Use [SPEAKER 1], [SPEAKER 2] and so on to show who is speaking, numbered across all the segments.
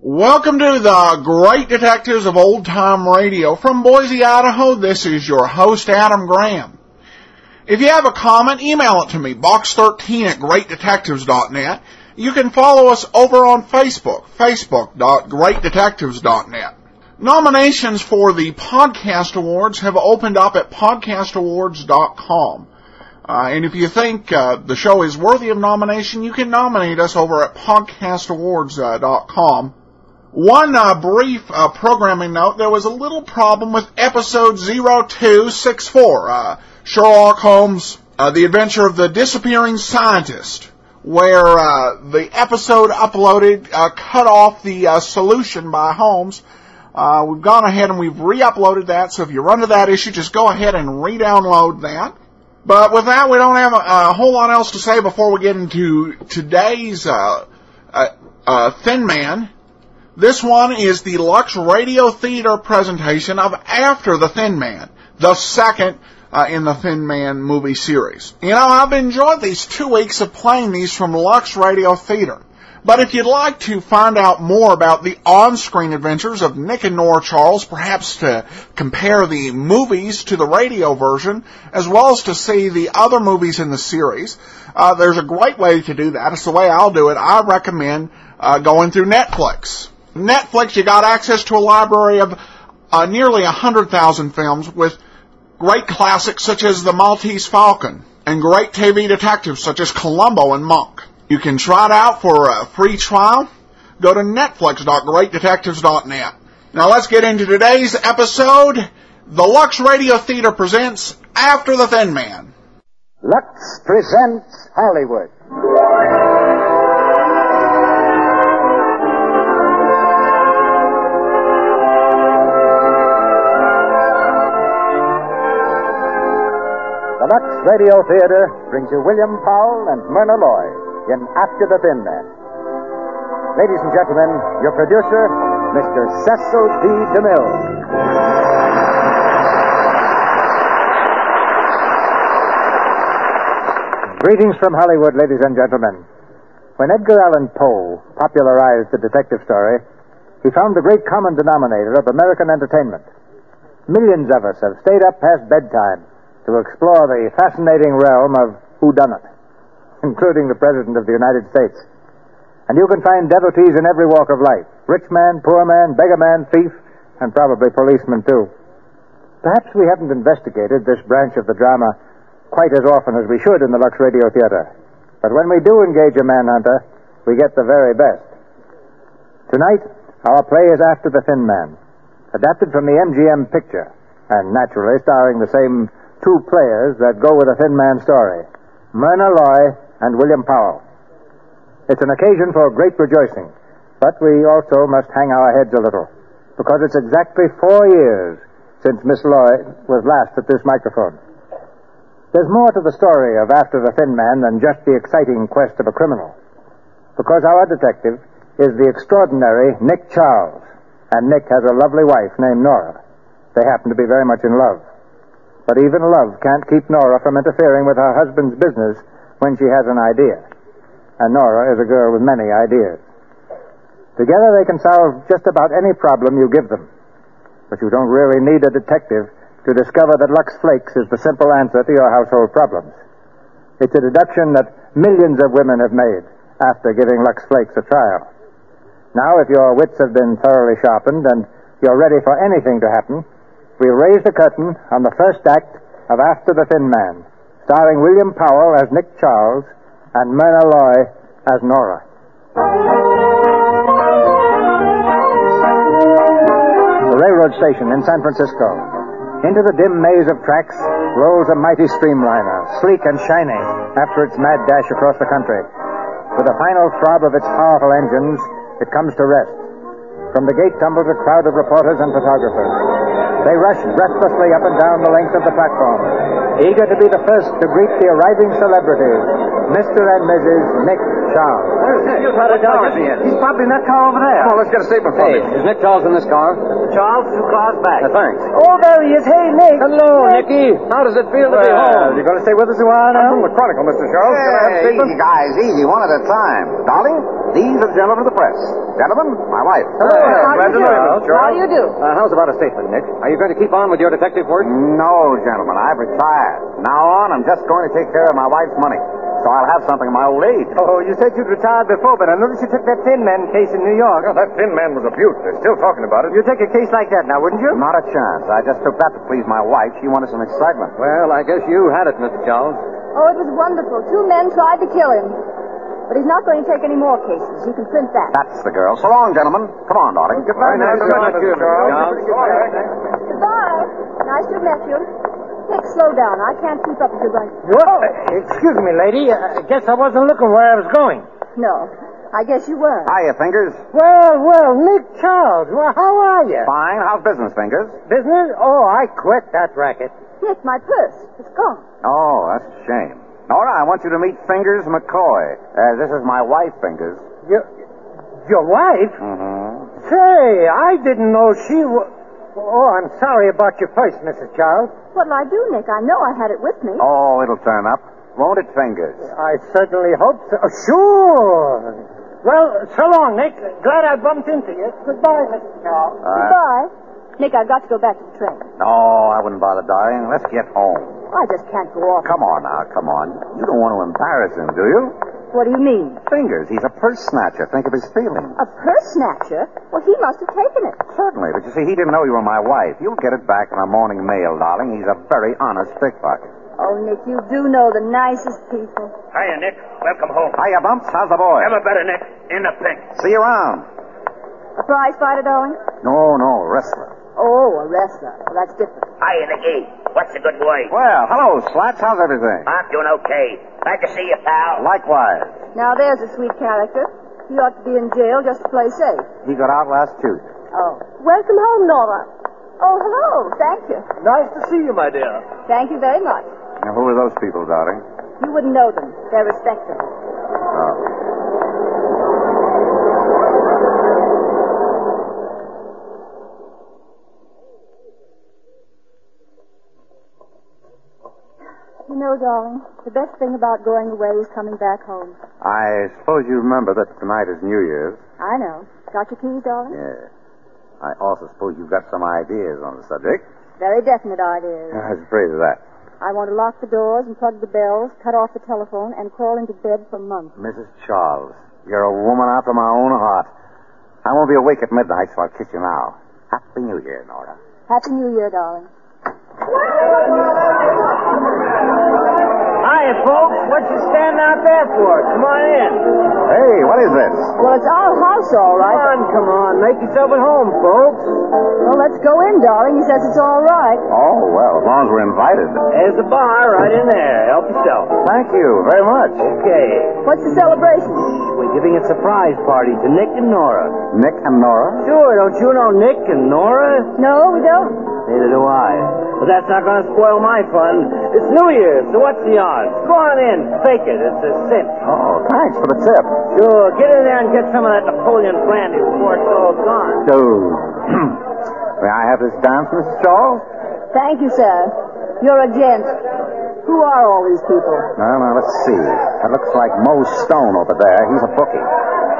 [SPEAKER 1] Welcome to the Great Detectives of Old Time Radio. From Boise, Idaho, this is your host, Adam Graham. If you have a comment, email it to me, box13 at greatdetectives.net. You can follow us over on Facebook, facebook.greatdetectives.net. Nominations for the Podcast Awards have opened up at podcastawards.com. Uh, and if you think uh, the show is worthy of nomination, you can nominate us over at podcastawards.com. One uh, brief uh, programming note, there was a little problem with episode 0264, uh, Sherlock Holmes, uh, The Adventure of the Disappearing Scientist, where uh, the episode uploaded uh, cut off the uh, solution by Holmes. Uh, we've gone ahead and we've re-uploaded that, so if you run into that issue, just go ahead and re-download that. But with that, we don't have a, a whole lot else to say before we get into today's uh, uh, uh, Thin Man. This one is the Lux Radio Theater presentation of After the Thin Man, the second uh, in the Thin Man movie series. You know, I've enjoyed these two weeks of playing these from Lux Radio Theater. But if you'd like to find out more about the on-screen adventures of Nick and Nora Charles, perhaps to compare the movies to the radio version, as well as to see the other movies in the series, uh, there's a great way to do that. It's the way I'll do it. I recommend uh, going through Netflix. Netflix, you got access to a library of uh, nearly 100,000 films with great classics such as The Maltese Falcon and great TV detectives such as Columbo and Monk. You can try it out for a free trial. Go to netflix.greatdetectives.net. Now let's get into today's episode. The Lux Radio Theater presents After the Thin Man.
[SPEAKER 2] Lux presents Hollywood. The Lux Radio Theater brings you William Powell and Myrna Loy in After the Thin Man. Ladies and gentlemen, your producer, Mr. Cecil B. DeMille. Greetings from Hollywood, ladies and gentlemen. When Edgar Allan Poe popularized the detective story, he found the great common denominator of American entertainment. Millions of us have stayed up past bedtime to explore the fascinating realm of whodunit, including the President of the United States. And you can find devotees in every walk of life rich man, poor man, beggar man, thief, and probably policeman, too. Perhaps we haven't investigated this branch of the drama quite as often as we should in the Lux Radio Theater. But when we do engage a manhunter, we get the very best. Tonight, our play is After the Thin Man, adapted from the MGM picture, and naturally starring the same two players that go with a Thin Man story Myrna Loy and William Powell. It's an occasion for great rejoicing, but we also must hang our heads a little, because it's exactly four years since Miss Loy was last at this microphone. There's more to the story of After the Thin Man than just the exciting quest of a criminal, because our detective is the extraordinary Nick Charles, and Nick has a lovely wife named Nora. They happen to be very much in love. But even love can't keep Nora from interfering with her husband's business when she has an idea. And Nora is a girl with many ideas. Together they can solve just about any problem you give them. But you don't really need a detective to discover that Lux Flakes is the simple answer to your household problems. It's a deduction that millions of women have made after giving Lux Flakes a trial. Now, if your wits have been thoroughly sharpened and you're ready for anything to happen, we raise the curtain on the first act of After the Thin Man, starring William Powell as Nick Charles and Myrna Loy as Nora. The railroad station in San Francisco. Into the dim maze of tracks rolls a mighty streamliner, sleek and shiny after its mad dash across the country. With a final throb of its powerful engines, it comes to rest. From the gate tumbles a crowd of reporters and photographers. They rush breathlessly up and down the length of the platform, eager to be the first to greet the arriving celebrities Mr. and Mrs. Nick Charles.
[SPEAKER 3] Where's Nick? You got a car at the end. He's probably in that car over there.
[SPEAKER 4] Come on, let's get a statement from
[SPEAKER 5] Hey,
[SPEAKER 4] him.
[SPEAKER 5] is Nick Charles in this car?
[SPEAKER 3] Charles, two cars back.
[SPEAKER 5] Uh, thanks.
[SPEAKER 1] Oh, there he is. Hey, Nick.
[SPEAKER 5] Hello, Nicky. How does it feel to be home?
[SPEAKER 2] you going to stay with us a while
[SPEAKER 4] I'm from the Chronicle, Mr. Charles. Can I have a
[SPEAKER 3] Hey,
[SPEAKER 4] statement?
[SPEAKER 3] easy, guys, easy, one at a time. Darling, these are the gentlemen of the press. Gentlemen, my wife.
[SPEAKER 5] Hello.
[SPEAKER 1] How
[SPEAKER 4] glad to
[SPEAKER 1] do
[SPEAKER 4] know you,
[SPEAKER 1] you
[SPEAKER 4] Mr.
[SPEAKER 1] do? How
[SPEAKER 4] Charles.
[SPEAKER 1] do you do?
[SPEAKER 5] Uh, how's about a statement, Nick? Are you going to keep on with your detective work?
[SPEAKER 3] No, gentlemen, I've retired. Now on, I'm just going to take care of my wife's money. So I'll have something in my old age.
[SPEAKER 1] Oh, you said you'd retired before, but I noticed you took that Thin Man case in New York.
[SPEAKER 4] Well, that thin man was abused. They're still talking about it.
[SPEAKER 1] You'd take a case like that now, wouldn't you?
[SPEAKER 3] Not a chance. I just took that to please my wife. She wanted some excitement.
[SPEAKER 5] Well, I guess you had it, Mr. Charles.
[SPEAKER 6] Oh, it was wonderful. Two men tried to kill him. But he's not going to take any more cases. You can print that.
[SPEAKER 3] That's the girl. So long, gentlemen. Come on, darling.
[SPEAKER 5] Very nice to meet you, Mr. Charles.
[SPEAKER 6] Goodbye. Nice to have met you. Nick, slow down. I can't keep up with you going.
[SPEAKER 1] excuse me, lady. Uh, I guess I wasn't looking where I was going.
[SPEAKER 6] No. I guess you were.
[SPEAKER 3] Hiya, Fingers.
[SPEAKER 1] Well, well, Nick Charles, well, how are you?
[SPEAKER 3] Fine. How's business, Fingers?
[SPEAKER 1] Business? Oh, I quit that racket.
[SPEAKER 6] Nick, my purse. It's gone.
[SPEAKER 3] Oh, that's a shame. Nora, I want you to meet Fingers McCoy. Uh, this is my wife, Fingers.
[SPEAKER 1] Your, your wife?
[SPEAKER 3] Mm-hmm.
[SPEAKER 1] Say, I didn't know she was. Oh, I'm sorry about your purse, Mrs. Charles.
[SPEAKER 6] What'll I do, Nick? I know I had it with me.
[SPEAKER 3] Oh, it'll turn up. Won't it, Fingers?
[SPEAKER 1] I certainly hope so. Oh, sure. Well, so long, Nick. Glad I bumped into you. Goodbye, Mrs. Charles.
[SPEAKER 3] Uh,
[SPEAKER 6] Goodbye. Nick, I've got to go back to the train.
[SPEAKER 3] no, Oh, I wouldn't bother, darling. Let's get home.
[SPEAKER 6] I just can't go off.
[SPEAKER 3] Come on now, come on. You don't want to embarrass him, do you?
[SPEAKER 6] What do you mean?
[SPEAKER 3] Fingers, he's a purse snatcher. Think of his feelings.
[SPEAKER 6] A purse snatcher? Well, he must have taken it.
[SPEAKER 3] Certainly, but you see, he didn't know you were my wife. You'll get it back in the morning mail, darling. He's a very honest pickpocket.
[SPEAKER 6] Oh, Nick, you do know the nicest people.
[SPEAKER 7] Hiya, Nick. Welcome home.
[SPEAKER 3] Hiya, Bumps. How's the boy?
[SPEAKER 7] Never better, Nick. In the pink.
[SPEAKER 3] See you around.
[SPEAKER 6] A prize fighter, darling?
[SPEAKER 3] No, no, wrestler.
[SPEAKER 6] Oh, a wrestler. Well, that's different.
[SPEAKER 7] Hiya, Nicky. What's the good word?
[SPEAKER 3] Well, hello, Slats. How's everything?
[SPEAKER 7] I'm doing okay. Glad to see you, pal.
[SPEAKER 3] Likewise.
[SPEAKER 6] Now, there's a sweet character. He ought to be in jail just to play safe.
[SPEAKER 3] He got out last Tuesday.
[SPEAKER 6] Oh. Welcome home, Nora. Oh, hello. Thank you.
[SPEAKER 5] Nice to see you, my dear.
[SPEAKER 6] Thank you very much.
[SPEAKER 3] Now, who are those people, darling?
[SPEAKER 6] You wouldn't know them. They're respectable.
[SPEAKER 3] Uh,
[SPEAKER 6] You know, darling, the best thing about going away is coming back home.
[SPEAKER 3] I suppose you remember that tonight is New Year's.
[SPEAKER 6] I know. Got your keys, darling?
[SPEAKER 3] Yes. I also suppose you've got some ideas on the subject.
[SPEAKER 6] Very definite ideas.
[SPEAKER 3] I was afraid of that.
[SPEAKER 6] I want to lock the doors and plug the bells, cut off the telephone, and crawl into bed for months.
[SPEAKER 3] Mrs. Charles, you're a woman after my own heart. I won't be awake at midnight, so I'll kiss you now. Happy New Year, Nora.
[SPEAKER 6] Happy New Year, darling.
[SPEAKER 1] Hiya, folks. What you standing out there for? Come on in.
[SPEAKER 3] Hey, what is this?
[SPEAKER 6] Well, it's our house, all
[SPEAKER 1] Come
[SPEAKER 6] right.
[SPEAKER 1] on, come on. Make yourself at home, folks.
[SPEAKER 6] Well, let's go in, darling. He says it's all right.
[SPEAKER 3] Oh, well, as long as we're invited.
[SPEAKER 1] There's a bar right in there. Help yourself.
[SPEAKER 3] Thank you very much.
[SPEAKER 1] Okay.
[SPEAKER 6] What's the celebration?
[SPEAKER 1] We're giving a surprise party to Nick and Nora.
[SPEAKER 3] Nick and Nora?
[SPEAKER 1] Sure, don't you know Nick and Nora?
[SPEAKER 6] No, we don't.
[SPEAKER 1] Neither do I. But that's not going to spoil my fun. It's New Year's, so what's the odds? Go on in. Fake it. It's a cinch.
[SPEAKER 3] Oh, thanks for the tip.
[SPEAKER 1] Sure, get in there and get some of that Napoleon brandy before it's all gone.
[SPEAKER 3] So, may I have this dance, Mrs. Charles?
[SPEAKER 6] Thank you, sir. You're a gent. Who are all these people?
[SPEAKER 3] Well, now, let's see. That looks like Mo Stone over there. He's a bookie.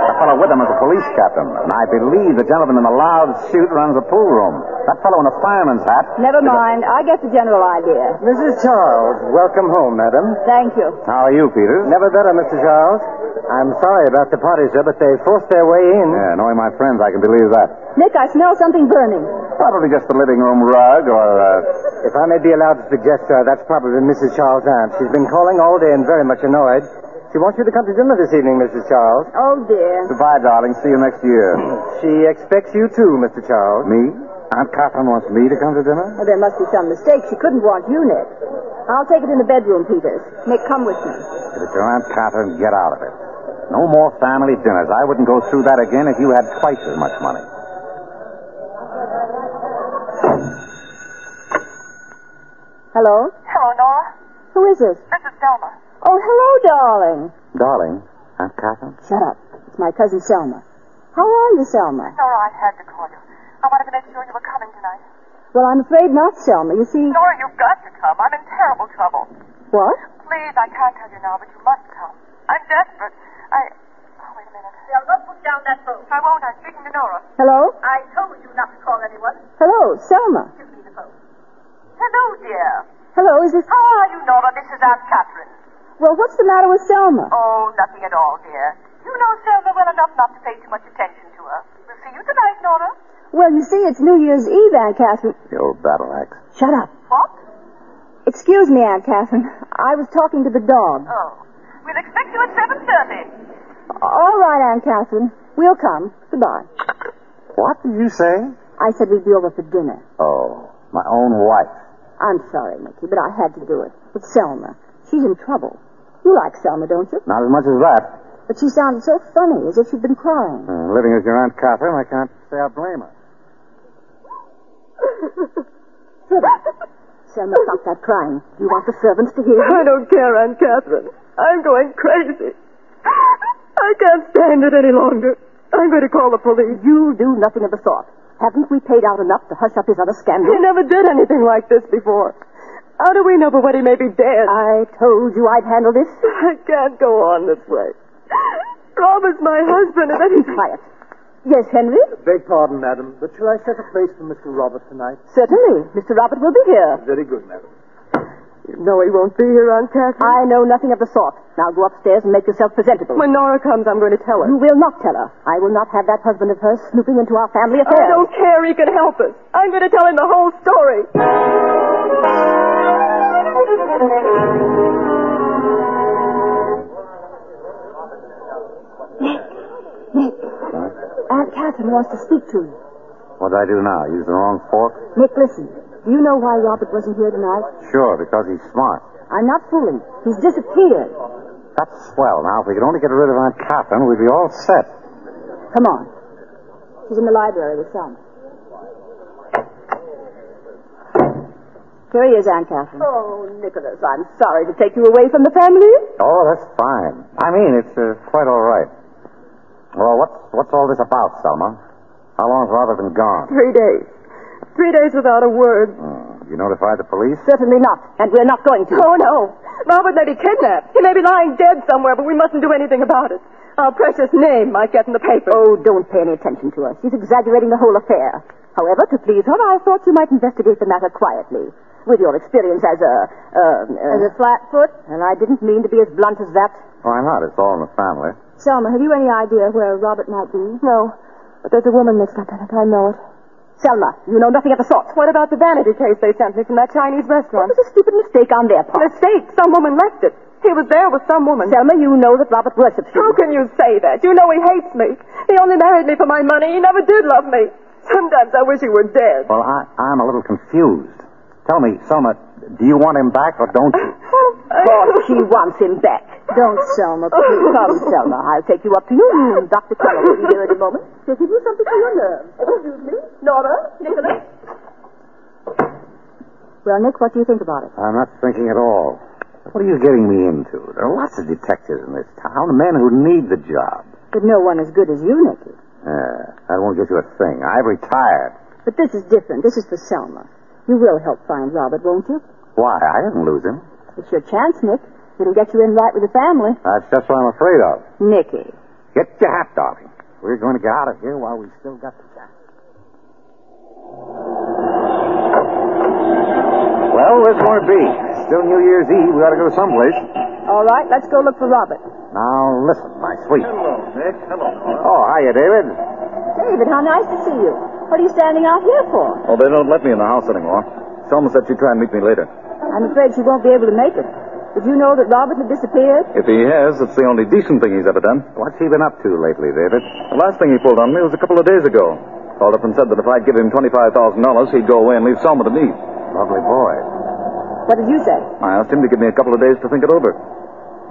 [SPEAKER 3] The fellow with him is a police captain, and I believe the gentleman in the loud suit runs a pool room. That fellow in the fireman's hat.
[SPEAKER 6] Never mind. I get the general idea.
[SPEAKER 2] Mrs. Charles, welcome home, madam.
[SPEAKER 6] Thank you.
[SPEAKER 3] How are you, Peters?
[SPEAKER 2] Never better, Mr. Charles. I'm sorry about the party, sir, but they forced their way in.
[SPEAKER 3] Yeah, knowing my friends, I can believe that.
[SPEAKER 6] Nick, I smell something burning.
[SPEAKER 3] Probably just the living room rug or, uh,
[SPEAKER 2] If I may be allowed to suggest, sir, that's probably Mrs. Charles' aunt. She's been calling all day and very much annoyed. She wants you to come to dinner this evening, Mrs. Charles.
[SPEAKER 6] Oh, dear.
[SPEAKER 3] goodbye, darling. See you next year.
[SPEAKER 2] She expects you too, Mr. Charles.
[SPEAKER 3] me? Aunt Catherine wants me to come to dinner?
[SPEAKER 6] Well, there must be some mistake. She couldn't want you, Nick. I'll take it in the bedroom, Peters. Nick, come with me.
[SPEAKER 3] If it's your Aunt Catherine, get out of it. No more family dinners. I wouldn't go through that again if you had twice as much money.
[SPEAKER 6] Hello?
[SPEAKER 8] Hello, Nora.
[SPEAKER 6] Who is this?
[SPEAKER 8] This is Delma.
[SPEAKER 6] Oh, hello, darling.
[SPEAKER 3] Darling, Aunt Catherine?
[SPEAKER 6] Shut up. It's my cousin Selma. How are you, Selma?
[SPEAKER 8] Nora, I had to call you. I wanted to make sure you were coming tonight.
[SPEAKER 6] Well, I'm afraid not, Selma. You see.
[SPEAKER 8] Nora, you've got to come. I'm in terrible trouble.
[SPEAKER 6] What?
[SPEAKER 8] Please, I can't tell you now, but you must come. I'm desperate. I. Oh, wait a minute. Yeah, don't put down that phone. I won't. I'm speaking to Nora.
[SPEAKER 6] Hello?
[SPEAKER 8] I told you not to call anyone.
[SPEAKER 6] Hello, Selma.
[SPEAKER 8] Give me the phone. Hello, dear.
[SPEAKER 6] Hello, is this.
[SPEAKER 8] How are you, Nora? This is Aunt Catherine.
[SPEAKER 6] Well, what's the matter with Selma?
[SPEAKER 8] Oh, nothing at all, dear. You know Selma well enough not to pay too much attention to her. We'll see you tonight, Nora.
[SPEAKER 6] Well, you see, it's New Year's Eve, Aunt Catherine.
[SPEAKER 3] The old battle axe.
[SPEAKER 6] Shut up.
[SPEAKER 8] What?
[SPEAKER 6] Excuse me, Aunt Catherine. I was talking to the dog.
[SPEAKER 8] Oh. We'll expect you at 7.30.
[SPEAKER 6] All right, Aunt Catherine. We'll come. Goodbye.
[SPEAKER 3] What did you say?
[SPEAKER 6] I said we'd be over for dinner.
[SPEAKER 3] Oh, my own wife.
[SPEAKER 6] I'm sorry, Mickey, but I had to do it. It's Selma. She's in trouble. You like Selma, don't you?
[SPEAKER 3] Not as much as that.
[SPEAKER 6] But she sounded so funny, as if she'd been crying.
[SPEAKER 3] Uh, living as your Aunt Catherine, I can't say I blame her.
[SPEAKER 6] Selma, stop that crying. Do you want the servants to hear you?
[SPEAKER 9] I don't care, Aunt Catherine. I'm going crazy. I can't stand it any longer. I'm going to call the police.
[SPEAKER 6] You do nothing of the sort. Haven't we paid out enough to hush up his other
[SPEAKER 9] He
[SPEAKER 6] scandal?
[SPEAKER 9] never did anything like this before. How do we know but what he may be dead?
[SPEAKER 6] I told you I'd handle this.
[SPEAKER 9] I can't go on this way. Rob is my husband, and then
[SPEAKER 6] Be quiet. Yes, Henry?
[SPEAKER 2] Beg pardon, madam, but shall I set a place for Mr. Robert tonight?
[SPEAKER 6] Certainly. Mr. Robert will be here.
[SPEAKER 2] Very good, madam.
[SPEAKER 9] You know he won't be here, Aunt Catherine.
[SPEAKER 6] I know nothing of the sort. Now go upstairs and make yourself presentable.
[SPEAKER 9] When Nora comes, I'm going to tell her.
[SPEAKER 6] You will not tell her. I will not have that husband of hers snooping into our family
[SPEAKER 9] I
[SPEAKER 6] affairs.
[SPEAKER 9] don't care. He can help us. I'm going to tell him the whole story.
[SPEAKER 6] Nick, Aunt Catherine wants to speak to you.
[SPEAKER 3] Hmm? What'd I do now? Use the wrong fork?
[SPEAKER 6] Nick, listen. Do you know why Robert wasn't here tonight?
[SPEAKER 3] Sure, because he's smart.
[SPEAKER 6] I'm not fooling. He's disappeared.
[SPEAKER 3] That's swell. Now, if we could only get rid of Aunt Catherine, we'd be all set.
[SPEAKER 6] Come on. She's in the library with Selma. Here he is, Aunt Catherine. Oh, Nicholas, I'm sorry to take you away from the family.
[SPEAKER 3] Oh, that's fine. I mean, it's uh, quite all right. Well, what's, what's all this about, Selma? How long's Robert been gone?
[SPEAKER 9] Three days. Three days without a word.
[SPEAKER 3] Hmm, you notified the police?
[SPEAKER 6] Certainly not, and we're not going to.
[SPEAKER 9] Oh, no. Robert may be kidnapped. He may be lying dead somewhere, but we mustn't do anything about it. Our precious name might get in the paper.
[SPEAKER 6] Oh, don't pay any attention to her. She's exaggerating the whole affair. However, to please her, I thought you might investigate the matter quietly. With your experience as a, uh, as a flatfoot? Well, I didn't mean to be as blunt as that.
[SPEAKER 3] Why not? It's all in the family.
[SPEAKER 6] Selma, have you any idea where Robert might be?
[SPEAKER 9] no. But there's a woman mixed up in it. I know it.
[SPEAKER 6] Selma, you know nothing of the sort.
[SPEAKER 9] What about the vanity case they sent me from that Chinese
[SPEAKER 6] It
[SPEAKER 9] restaurant?
[SPEAKER 6] was a stupid mistake on their part.
[SPEAKER 9] Mistake. Some woman left it. He was there with some woman.
[SPEAKER 6] Selma, you know that Robert worships you.
[SPEAKER 9] How can you say that? You know he hates me. He only married me for my money. He never did love me. Sometimes I wish he were dead.
[SPEAKER 3] Well, I, I'm a little confused. Tell me, Selma, do you want him back or don't you?
[SPEAKER 6] Of course she wants him back. Oh. Don't, Selma, please. Hmm. Come, Selma. I'll take you up to your room. Dr. Cullen will be here in a moment. She'll give you something for your nerves. Excuse me. Nora, Nicholas. Well, Nick, what do you think about it?
[SPEAKER 3] I'm not thinking at all. What are you getting me into? There are lots of detectives in this town, men who need the job.
[SPEAKER 6] But no one as good as you, Nicky.
[SPEAKER 3] Yeah, that won't get you a thing. I've retired.
[SPEAKER 6] But this is different. This is for Selma. You will help find Robert, won't you?
[SPEAKER 3] Why? I didn't lose him.
[SPEAKER 6] It's your chance, Nick. It'll get you in right with the family.
[SPEAKER 3] That's just what I'm afraid of.
[SPEAKER 6] Nicky.
[SPEAKER 3] Get your hat, darling. We're going to get out of here while we still got the chance. Well, where's it going to be? It's still New Year's Eve. We ought to go someplace.
[SPEAKER 6] All right, let's go look for Robert.
[SPEAKER 3] Now, listen, my sweet.
[SPEAKER 4] Hello, Nick. Hello, Nora.
[SPEAKER 3] Oh, hiya, David.
[SPEAKER 6] David, how nice to see you. What are you standing out here for?
[SPEAKER 4] Oh, they don't let me in the house anymore. Selma said she'd try and meet me later.
[SPEAKER 6] I'm afraid she won't be able to make it. Did you know that Robert had disappeared?
[SPEAKER 4] If he has, it's the only decent thing he's ever done.
[SPEAKER 3] What's he been up to lately, David?
[SPEAKER 4] The last thing he pulled on me was a couple of days ago. Called up and said that if I'd give him $25,000, he'd go away and leave Selma to me.
[SPEAKER 3] Lovely boy.
[SPEAKER 6] What did you say?
[SPEAKER 4] I asked him to give me a couple of days to think it over.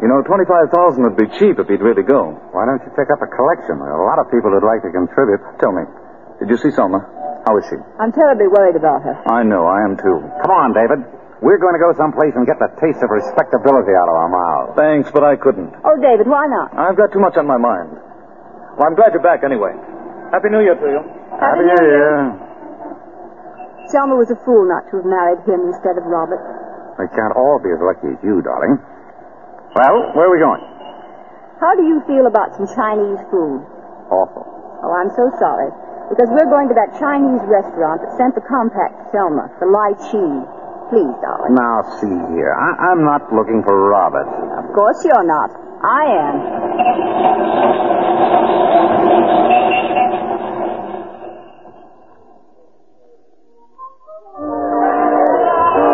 [SPEAKER 4] You know, 25000 would be cheap if he'd really go.
[SPEAKER 3] Why don't you pick up a collection? There are a lot of people who'd like to contribute.
[SPEAKER 4] Tell me, did you see Selma? How is she?
[SPEAKER 6] I'm terribly worried about her.
[SPEAKER 4] I know, I am too.
[SPEAKER 3] Come on, David. We're going to go someplace and get the taste of respectability out of our mouths.
[SPEAKER 4] Thanks, but I couldn't.
[SPEAKER 6] Oh, David, why not?
[SPEAKER 4] I've got too much on my mind. Well, I'm glad you're back anyway. Happy New Year to you.
[SPEAKER 6] Happy New Year. Selma was a fool not to have married him instead of Robert.
[SPEAKER 3] We can't all be as lucky as you, darling. Well, where are we going?
[SPEAKER 6] How do you feel about some Chinese food?
[SPEAKER 3] Awful.
[SPEAKER 6] Oh, I'm so sorry. Because we're going to that Chinese restaurant that sent the compact to Selma for Lai Chi. Please, darling.
[SPEAKER 3] Now, see here. I- I'm not looking for Robert.
[SPEAKER 6] Of course you're not. I am.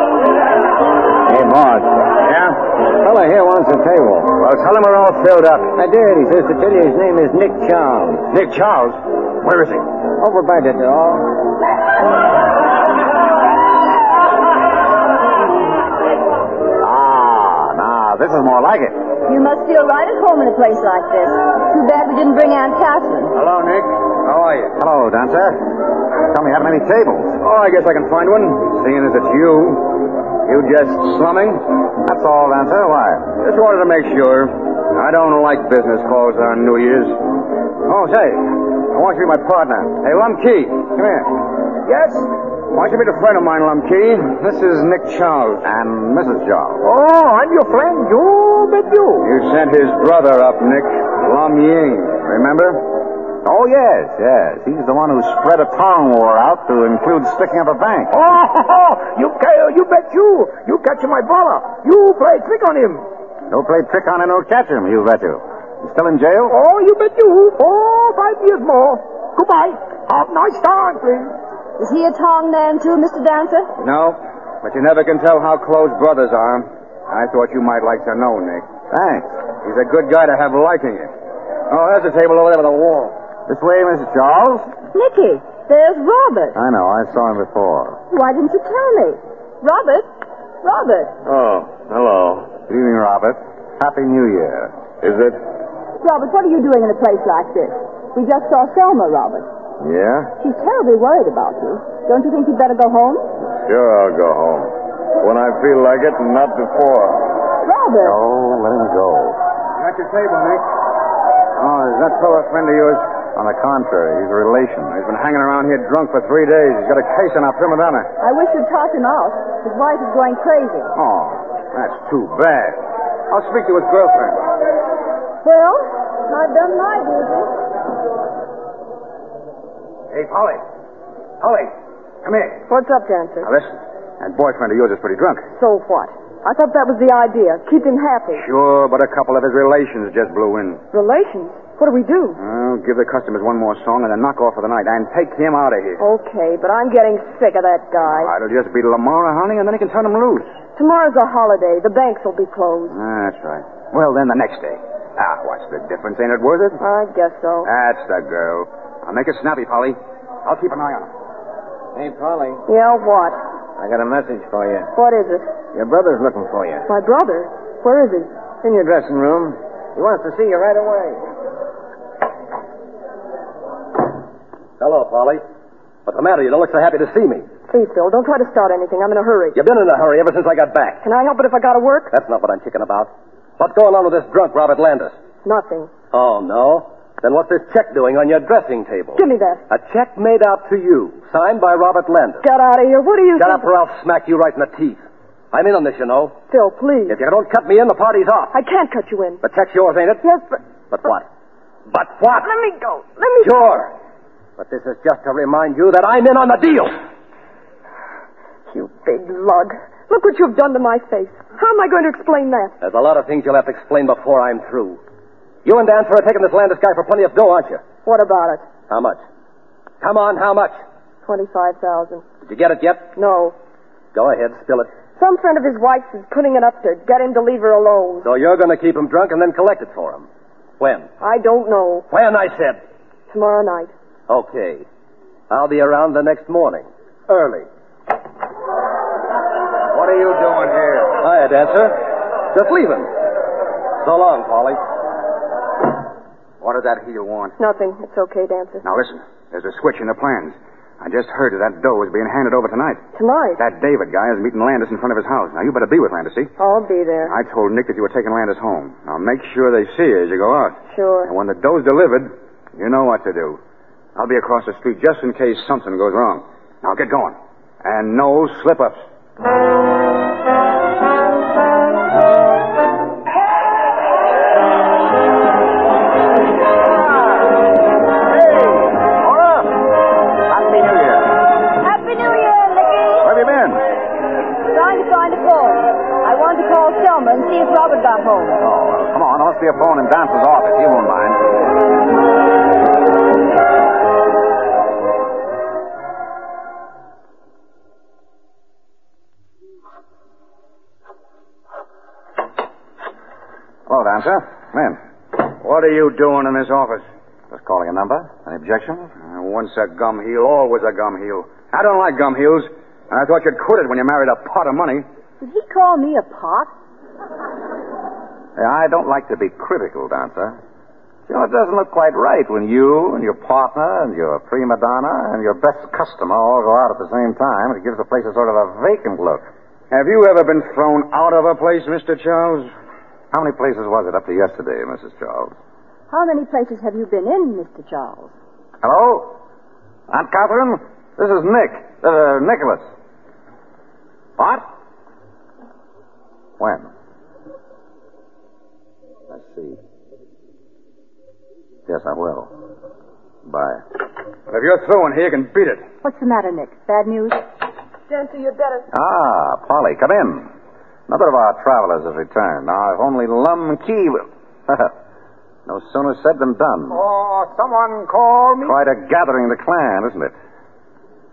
[SPEAKER 3] Hey, Marge. Yeah? Fella here wants a table. Well, tell him we're all filled up. I did. He says to tell you his name is Nick Charles. Nick Charles? Where is he? Over by the door. Ah, now, this is more like it.
[SPEAKER 6] You must feel right at home in a place like this. Too bad we didn't bring Aunt Catherine.
[SPEAKER 3] Hello, Nick. How are you? Hello, dancer. Tell me, how many tables? Oh, I guess I can find one. Seeing as it's you. You just slumming? That's all, dancer. Why? Just wanted to make sure. I don't like business calls on New Year's. Oh, say, I want you to be my partner. Hey, Lumkey, come here. Yes? Why don't you meet a friend of mine, Lumkey? This is Nick Charles. And Mrs. Charles.
[SPEAKER 1] Oh, I'm your friend. You bet you.
[SPEAKER 3] You sent his brother up, Nick. Lum Ying, remember? Oh, yes, yes. He's the one who spread a town war out to include sticking up a bank.
[SPEAKER 1] Oh, ho, ho. you ca- you bet you. You catch my brother. You play trick on him.
[SPEAKER 3] Don't play trick on him, don't catch him, you bet you. He's still in jail?
[SPEAKER 1] Oh, you bet you. Oh, five years more. Goodbye. Have nice time, please.
[SPEAKER 6] Is he a Tong man too, Mr. Dancer?
[SPEAKER 3] No, but you never can tell how close brothers are. I thought you might like to know, Nick. Thanks. He's a good guy to have liking you. Oh, there's a table over there by the wall. This way, Mrs. Charles.
[SPEAKER 6] Nicky, there's Robert.
[SPEAKER 3] I know, I saw him before.
[SPEAKER 6] Why didn't you tell me? Robert? Robert?
[SPEAKER 4] Oh, hello.
[SPEAKER 3] Good evening, Robert. Happy New Year.
[SPEAKER 4] Is it?
[SPEAKER 6] Robert, what are you doing in a place like this? We just saw Selma, Robert.
[SPEAKER 4] Yeah?
[SPEAKER 6] She's terribly worried about you. Don't you think you'd better go home?
[SPEAKER 4] Sure, I'll go home. When I feel like it, and not before.
[SPEAKER 6] Robert!
[SPEAKER 3] Oh, let him go.
[SPEAKER 1] At your table, Nick.
[SPEAKER 3] Oh, is that fellow a friend of yours? On the contrary, he's a relation. He's been hanging around here drunk for three days. He's got a case on our prima donna.
[SPEAKER 6] I wish you'd toss him out. His wife is going crazy.
[SPEAKER 3] Oh, that's too bad. I'll speak to his girlfriend.
[SPEAKER 6] Well, I've done my duty.
[SPEAKER 3] Hey, Polly. Polly, come here.
[SPEAKER 9] What's up, Dancer?
[SPEAKER 3] Now, listen. That boyfriend of yours is pretty drunk.
[SPEAKER 9] So what? I thought that was the idea. Keep him happy.
[SPEAKER 3] Sure, but a couple of his relations just blew in.
[SPEAKER 9] Relations? What do we do?
[SPEAKER 3] Well, give the customers one more song and a knockoff for the night, and take him out of here.
[SPEAKER 9] Okay, but I'm getting sick of that guy.
[SPEAKER 3] It'll just be Lamara, honey, and then he can turn him loose.
[SPEAKER 9] Tomorrow's a holiday. The banks will be closed.
[SPEAKER 3] That's right. Well, then the next day. Ah, what's the difference? Ain't it worth it?
[SPEAKER 9] I guess so.
[SPEAKER 3] That's the girl. I'll make it snappy, Polly. I'll keep an eye on her.
[SPEAKER 5] Hey, Polly,
[SPEAKER 9] Yeah, what?
[SPEAKER 5] I got a message for you.
[SPEAKER 9] What is it?
[SPEAKER 5] Your brother's looking for you.
[SPEAKER 9] My brother? Where is he?
[SPEAKER 5] In your dressing room. He wants to see you right away. Hello, Polly. What's the matter? You don't look so happy to see me.
[SPEAKER 9] Please, Bill, don't try to start anything. I'm in a hurry.
[SPEAKER 5] You've been in a hurry ever since I got back.
[SPEAKER 9] Can I help it if I gotta work?
[SPEAKER 5] That's not what I'm kicking about. What's going on with this drunk Robert Landis?
[SPEAKER 9] Nothing.
[SPEAKER 5] Oh, no? Then what's this check doing on your dressing table?
[SPEAKER 9] Give me that.
[SPEAKER 5] A check made out to you, signed by Robert Landis.
[SPEAKER 9] Get out of here. What do you
[SPEAKER 5] Shut
[SPEAKER 9] think?
[SPEAKER 5] up or I'll smack you right in the teeth. I'm in on this, you know.
[SPEAKER 9] Bill, please.
[SPEAKER 5] If you don't cut me in, the party's off.
[SPEAKER 9] I can't cut you in.
[SPEAKER 5] The check's yours, ain't it?
[SPEAKER 9] Yes, but
[SPEAKER 5] But what? But what?
[SPEAKER 9] let me go. Let me
[SPEAKER 5] Sure. But this is just to remind you that I'm in on the deal.
[SPEAKER 9] You big lug. Look what you've done to my face. How am I going to explain that?
[SPEAKER 5] There's a lot of things you'll have to explain before I'm through. You and Dancer are taking this Landis guy for plenty of dough, aren't you?
[SPEAKER 9] What about it?
[SPEAKER 5] How much? Come on, how much?
[SPEAKER 9] Twenty-five thousand.
[SPEAKER 5] Did you get it yet?
[SPEAKER 9] No.
[SPEAKER 5] Go ahead, spill it.
[SPEAKER 9] Some friend of his wife's is putting it up to get him to leave her alone.
[SPEAKER 5] So you're going to keep him drunk and then collect it for him. When?
[SPEAKER 9] I don't know.
[SPEAKER 5] When, I said.
[SPEAKER 9] Tomorrow night.
[SPEAKER 5] Okay. I'll be around the next morning. Early.
[SPEAKER 3] What are you doing here?
[SPEAKER 5] Hiya, Dancer. Just leaving. So long, Polly.
[SPEAKER 3] What did that heel want?
[SPEAKER 9] Nothing. It's okay, Dancer.
[SPEAKER 3] Now listen, there's a switch in the plans. I just heard that that dough is being handed over tonight.
[SPEAKER 10] Tonight?
[SPEAKER 3] That David guy is meeting Landis in front of his house. Now, you better be with Landis, see?
[SPEAKER 10] I'll be there.
[SPEAKER 3] I told Nick that you were taking Landis home. Now, make sure they see you as you go out.
[SPEAKER 10] Sure.
[SPEAKER 3] And when the dough's delivered, you know what to do. I'll be across the street just in case something goes wrong. Now, get going. And no slip ups. Happy New Year.
[SPEAKER 6] Happy New Year, Nicky.
[SPEAKER 3] Where have you been?
[SPEAKER 6] Trying to find a phone. I wanted to call Selma and see if Robert got home.
[SPEAKER 3] Come on, there must Oh, be a phone in Dance's office. You won't mind. Hello, Dancer. Come in. What are you doing in this office? Just calling a number. Any objection? Uh, once a gum heel, always a gum heel. I don't like gum heels. And I thought you'd quit it when you married a pot of money.
[SPEAKER 6] Did he call me a pot?
[SPEAKER 3] Yeah, I don't like to be critical, Dancer. You know, it doesn't look quite right when you and your partner and your prima donna and your best customer all go out at the same time. It gives the place a sort of a vacant look. Have you ever been thrown out of a place, Mr. Charles? How many places was it up to yesterday, Mrs. Charles?
[SPEAKER 6] How many places have you been in, Mr. Charles?
[SPEAKER 3] Hello? Aunt Catherine? This is Nick. Uh, Nicholas. What? When? Let's see. Yes, I will. Bye. But if you're through in here, you can beat it.
[SPEAKER 6] What's the matter, Nick? Bad news?
[SPEAKER 9] Dancer, you better.
[SPEAKER 3] Ah, Polly, come in. Another of our travelers has returned. Now, if only Lum Key will. no sooner said than done.
[SPEAKER 2] Oh, someone call me.
[SPEAKER 3] Quite a gathering of the clan, isn't it?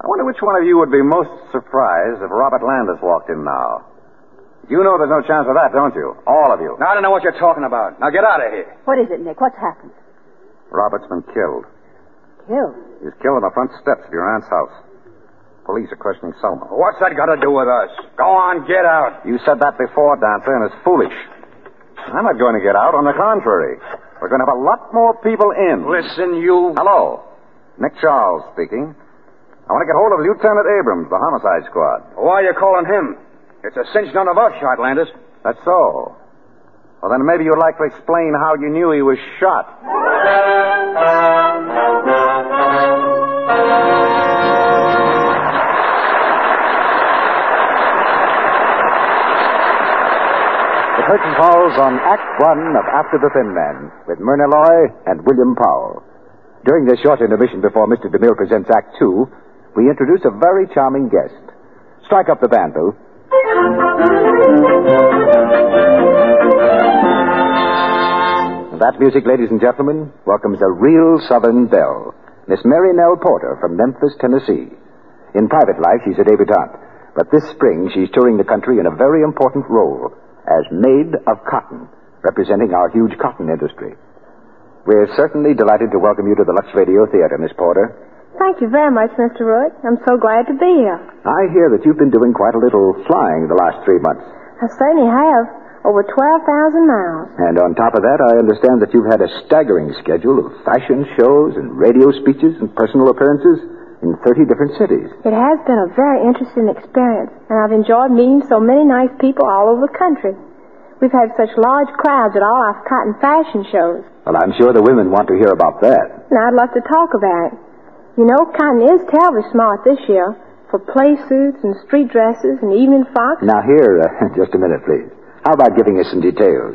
[SPEAKER 3] I wonder which one of you would be most surprised if Robert Landis walked in now. You know there's no chance of that, don't you? All of you.
[SPEAKER 11] Now, I don't know what you're talking about. Now, get out of here.
[SPEAKER 6] What is it, Nick? What's happened?
[SPEAKER 3] Robert's been killed.
[SPEAKER 6] Killed?
[SPEAKER 3] He was killed on the front steps of your aunt's house. Police are questioning Selma.
[SPEAKER 11] What's that got to do with us? Go on, get out.
[SPEAKER 3] You said that before, Dancer, and it's foolish. I'm not going to get out. On the contrary, we're going to have a lot more people in.
[SPEAKER 11] Listen, you.
[SPEAKER 3] Hello. Nick Charles speaking. I want to get hold of Lieutenant Abrams, the homicide squad.
[SPEAKER 11] Why are you calling him? It's a cinch none of us shot Landis.
[SPEAKER 3] That's so. Well, then maybe you'd like to explain how you knew he was shot.
[SPEAKER 12] The curtain falls on Act One of After the Thin Man with Myrna Loy and William Powell. During this short intermission before Mr. DeMille presents Act Two, we introduce a very charming guest. Strike up the band, Boo. And That music, ladies and gentlemen, welcomes a real Southern belle, Miss Mary Nell Porter from Memphis, Tennessee. In private life, she's a debutante, but this spring she's touring the country in a very important role as Maid of Cotton, representing our huge cotton industry. We're certainly delighted to welcome you to the Lux Radio Theater, Miss Porter.
[SPEAKER 10] Thank you very much, Mr. Roy. I'm so glad to be here.
[SPEAKER 12] I hear that you've been doing quite a little flying the last three months.
[SPEAKER 10] I certainly have over 12,000 miles.
[SPEAKER 12] And on top of that, I understand that you've had a staggering schedule of fashion shows and radio speeches and personal appearances in 30 different cities.
[SPEAKER 10] It has been a very interesting experience, and I've enjoyed meeting so many nice people all over the country. We've had such large crowds at all our cotton fashion shows,
[SPEAKER 12] Well, I'm sure the women want to hear about that.
[SPEAKER 10] and I'd love to talk about it. You know, cotton is terribly smart this year for play suits and street dresses and evening frocks.
[SPEAKER 12] Now, here, uh, just a minute, please. How about giving us some details?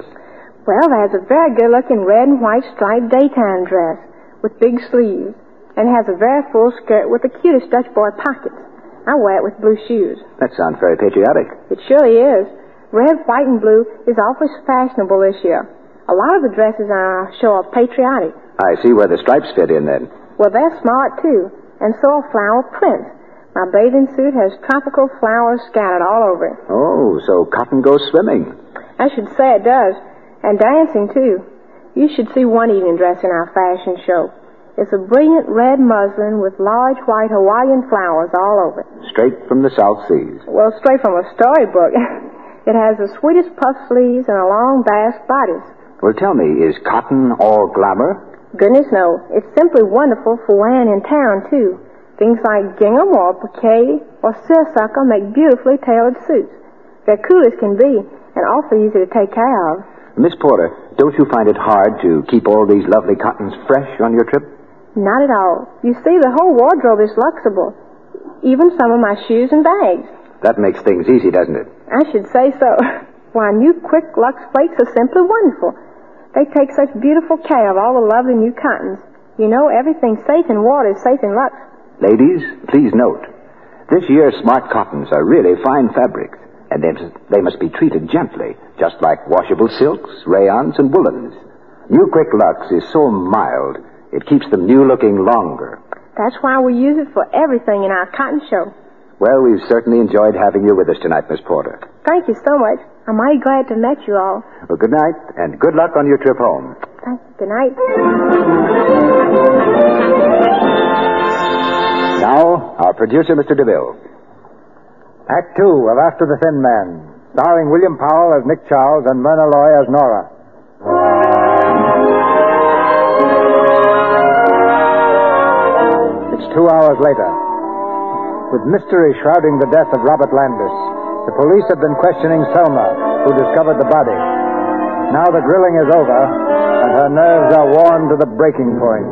[SPEAKER 10] Well, there's a very good looking red and white striped daytime dress with big sleeves and has a very full skirt with the cutest Dutch boy pockets. I wear it with blue shoes.
[SPEAKER 12] That sounds very patriotic.
[SPEAKER 10] It surely is. Red, white, and blue is awfully fashionable this year. A lot of the dresses on our show are patriotic.
[SPEAKER 12] I see where the stripes fit in then.
[SPEAKER 10] Well, they're smart too, and so are flower prints. My bathing suit has tropical flowers scattered all over it.
[SPEAKER 12] Oh, so cotton goes swimming.
[SPEAKER 10] I should say it does. And dancing, too. You should see one evening dress in our fashion show. It's a brilliant red muslin with large white Hawaiian flowers all over it.
[SPEAKER 12] Straight from the South Seas.
[SPEAKER 10] Well, straight from a storybook. it has the sweetest puff sleeves and a long basque bodice.
[SPEAKER 12] Well, tell me, is cotton all glamour?
[SPEAKER 10] Goodness, no. It's simply wonderful for when in town, too. Things like gingham or piqué or seersucker make beautifully tailored suits. They're cool as can be and awfully easy to take care of.
[SPEAKER 12] Miss Porter, don't you find it hard to keep all these lovely cottons fresh on your trip?
[SPEAKER 10] Not at all. You see, the whole wardrobe is flexible. Even some of my shoes and bags.
[SPEAKER 12] That makes things easy, doesn't it?
[SPEAKER 10] I should say so. Why, new quick Lux flakes are simply wonderful. They take such beautiful care of all the lovely new cottons. You know, everything safe in water is safe in Lux.
[SPEAKER 12] Ladies, please note, this year's smart cottons are really fine fabrics, and they, they must be treated gently, just like washable silks, rayons, and woolens. New Quick Lux is so mild, it keeps them new looking longer.
[SPEAKER 10] That's why we use it for everything in our cotton show.
[SPEAKER 12] Well, we've certainly enjoyed having you with us tonight, Miss Porter.
[SPEAKER 10] Thank you so much. I'm mighty glad to meet you all.
[SPEAKER 12] Well, good night, and good luck on your trip home.
[SPEAKER 10] Thank you. Good night.
[SPEAKER 12] Now, our producer, Mr. DeVille.
[SPEAKER 2] Act two of After the Thin Man, starring William Powell as Nick Charles and Myrna Loy as Nora. It's two hours later. With mystery shrouding the death of Robert Landis, the police have been questioning Selma, who discovered the body. Now the grilling is over, and her nerves are worn to the breaking point.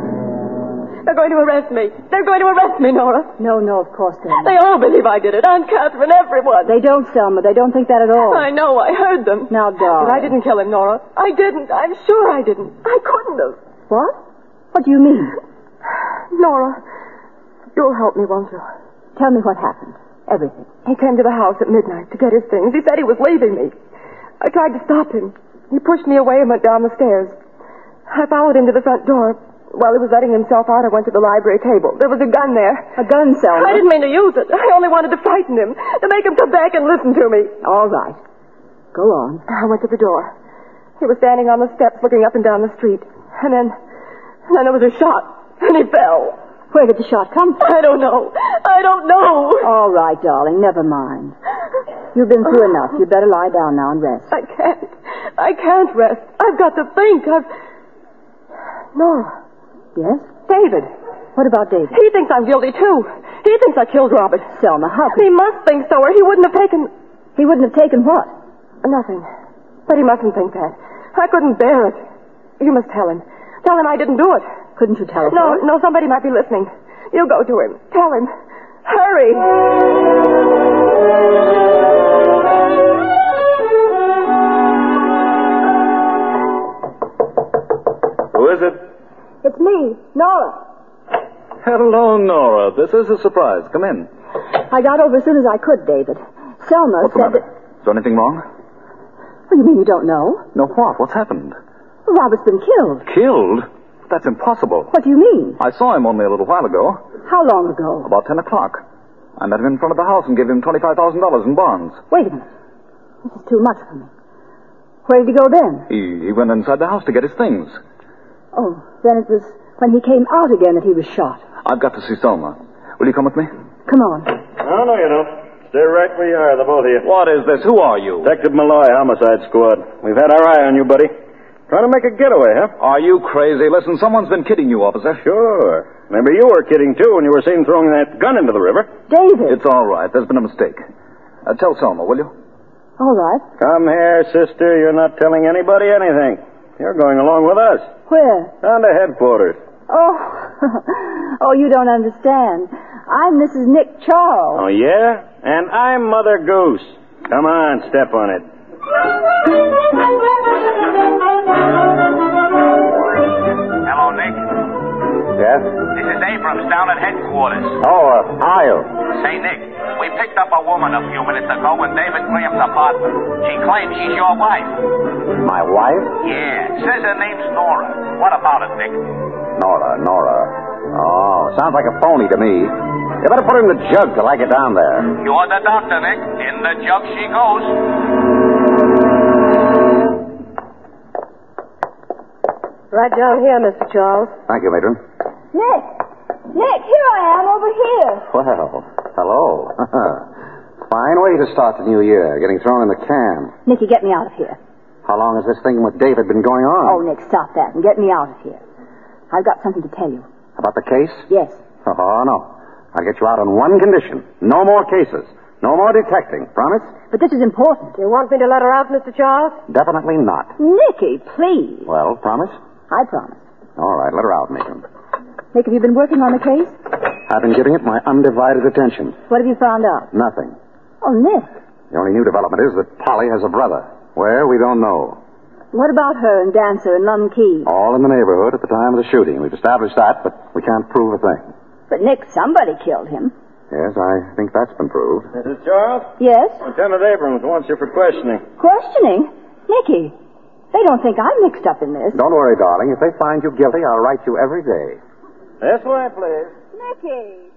[SPEAKER 9] They're going to arrest me. They're going to arrest me, Nora.
[SPEAKER 6] No, no, of course not.
[SPEAKER 9] They all believe I did it. Aunt Catherine, everyone.
[SPEAKER 6] They don't, Selma. They don't think that at all.
[SPEAKER 9] I know. I heard them.
[SPEAKER 6] Now, darling.
[SPEAKER 9] But I didn't kill him, Nora. I didn't. I'm sure I didn't. I couldn't have.
[SPEAKER 6] What? What do you mean?
[SPEAKER 9] Nora, you'll help me, won't you?
[SPEAKER 6] Tell me what happened. Everything.
[SPEAKER 9] He came to the house at midnight to get his things. He said he was leaving me. I tried to stop him. He pushed me away and went down the stairs. I followed him to the front door. While he was letting himself out, I went to the library table. There was a gun there.
[SPEAKER 6] A gun, Selma.
[SPEAKER 9] I didn't mean to use it. I only wanted to frighten him, to make him come back and listen to me.
[SPEAKER 6] All right. Go on.
[SPEAKER 9] I went to the door. He was standing on the steps looking up and down the street. And then, and then there was a shot, and he fell.
[SPEAKER 6] Where did the shot come from?
[SPEAKER 9] I don't know. I don't know.
[SPEAKER 6] All right, darling. Never mind. You've been through enough. You'd better lie down now and rest.
[SPEAKER 9] I can't. I can't rest. I've got to think. I've. Nora.
[SPEAKER 6] Yes?
[SPEAKER 9] David.
[SPEAKER 6] What about David?
[SPEAKER 9] He thinks I'm guilty, too. He thinks I killed Robert.
[SPEAKER 6] Selma, how
[SPEAKER 9] He must think so, or he wouldn't have taken.
[SPEAKER 6] He wouldn't have taken what?
[SPEAKER 9] Nothing. But he mustn't think that. I couldn't bear it. You must tell him. Tell him I didn't do it.
[SPEAKER 6] Couldn't you tell him?
[SPEAKER 9] No, no, somebody might be listening. You go to him. Tell him. Hurry.
[SPEAKER 3] Who is it?
[SPEAKER 6] It's me, Nora.
[SPEAKER 3] Hello, Nora. This is a surprise. Come in.
[SPEAKER 6] I got over as soon as I could, David. Selma
[SPEAKER 3] What's the
[SPEAKER 6] said
[SPEAKER 3] matter?
[SPEAKER 6] that.
[SPEAKER 3] Is there anything wrong?
[SPEAKER 6] Well, you mean you don't know?
[SPEAKER 3] No, what? What's happened?
[SPEAKER 6] Robert's been killed.
[SPEAKER 3] Killed? That's impossible.
[SPEAKER 6] What do you mean?
[SPEAKER 3] I saw him only a little while ago,
[SPEAKER 6] How long ago?
[SPEAKER 3] about 10 o'clock. I met him in front of the house and gave him $25,000 in bonds.
[SPEAKER 6] Wait a minute. This is too much for me. Where did he go then?
[SPEAKER 3] He, he went inside the house to get his things.
[SPEAKER 6] Oh, then it was when he came out again that he was shot.
[SPEAKER 3] I've got to see Selma. Will you come with me?
[SPEAKER 6] Come on.
[SPEAKER 13] No, no, you don't. Stay right where you are, the both of you.
[SPEAKER 3] What is this? Who are you?
[SPEAKER 13] Detective Malloy, Homicide Squad. We've had our eye on you, buddy. Trying to make a getaway, huh?
[SPEAKER 3] Are you crazy? Listen, someone's been kidding you, officer.
[SPEAKER 13] Sure. Maybe you were kidding, too, when you were seen throwing that gun into the river.
[SPEAKER 6] David.
[SPEAKER 3] It's all right. There's been a mistake. Uh, tell Selma, will you?
[SPEAKER 6] All right.
[SPEAKER 13] Come here, sister. You're not telling anybody anything. You're going along with us.
[SPEAKER 6] Where?
[SPEAKER 13] Down to headquarters.
[SPEAKER 6] Oh. oh, you don't understand. I'm Mrs. Nick Charles.
[SPEAKER 13] Oh, yeah? And I'm Mother Goose. Come on, step on it.
[SPEAKER 9] Oh,
[SPEAKER 11] Hello, Nick.
[SPEAKER 14] Yes?
[SPEAKER 11] This is Abrams down at headquarters.
[SPEAKER 14] Oh, uh, Isle.
[SPEAKER 11] Say, Nick, we picked up a woman a few minutes ago in David Graham's apartment. She claims she's your wife.
[SPEAKER 14] My wife?
[SPEAKER 11] Yeah, says her name's Nora. What about it, Nick?
[SPEAKER 14] Nora, Nora. Oh, sounds like a phony to me. You better put her in the jug till I get down there.
[SPEAKER 11] You're the doctor, Nick. In the jug she goes.
[SPEAKER 15] Right down here, Mr. Charles.
[SPEAKER 14] Thank you, matron.
[SPEAKER 16] Nick! Nick, here I am over here.
[SPEAKER 14] Well, hello. Fine way to start the new year, getting thrown in the can.
[SPEAKER 16] Nicky, get me out of here.
[SPEAKER 14] How long has this thing with David been going on?
[SPEAKER 16] Oh, Nick, stop that and get me out of here. I've got something to tell you.
[SPEAKER 14] About the case?
[SPEAKER 16] Yes.
[SPEAKER 14] Oh, no.
[SPEAKER 3] I'll get you out on one condition. No more cases. No more detecting. Promise?
[SPEAKER 17] But this is important. You want me to let her out, Mr. Charles?
[SPEAKER 3] Definitely not.
[SPEAKER 17] Nicky, please.
[SPEAKER 3] Well, promise?
[SPEAKER 17] I promise.
[SPEAKER 3] All right, let her out, Mason.
[SPEAKER 18] Nick, have you been working on the case?
[SPEAKER 3] I've been giving it my undivided attention.
[SPEAKER 18] What have you found out?
[SPEAKER 3] Nothing.
[SPEAKER 18] Oh, Nick.
[SPEAKER 3] The only new development is that Polly has a brother. Where, we don't know.
[SPEAKER 18] What about her and Dancer and Lum Key?
[SPEAKER 3] All in the neighborhood at the time of the shooting. We've established that, but we can't prove a thing.
[SPEAKER 18] But Nick, somebody killed him.
[SPEAKER 3] Yes, I think that's been proved.
[SPEAKER 6] Mrs. Charles?
[SPEAKER 18] Yes?
[SPEAKER 6] Lieutenant Abrams wants you for questioning.
[SPEAKER 18] Questioning? Nicky, they don't think I'm mixed up in this.
[SPEAKER 3] Don't worry, darling. If they find you guilty, I'll write you every day.
[SPEAKER 6] This way, please.
[SPEAKER 2] Nicky.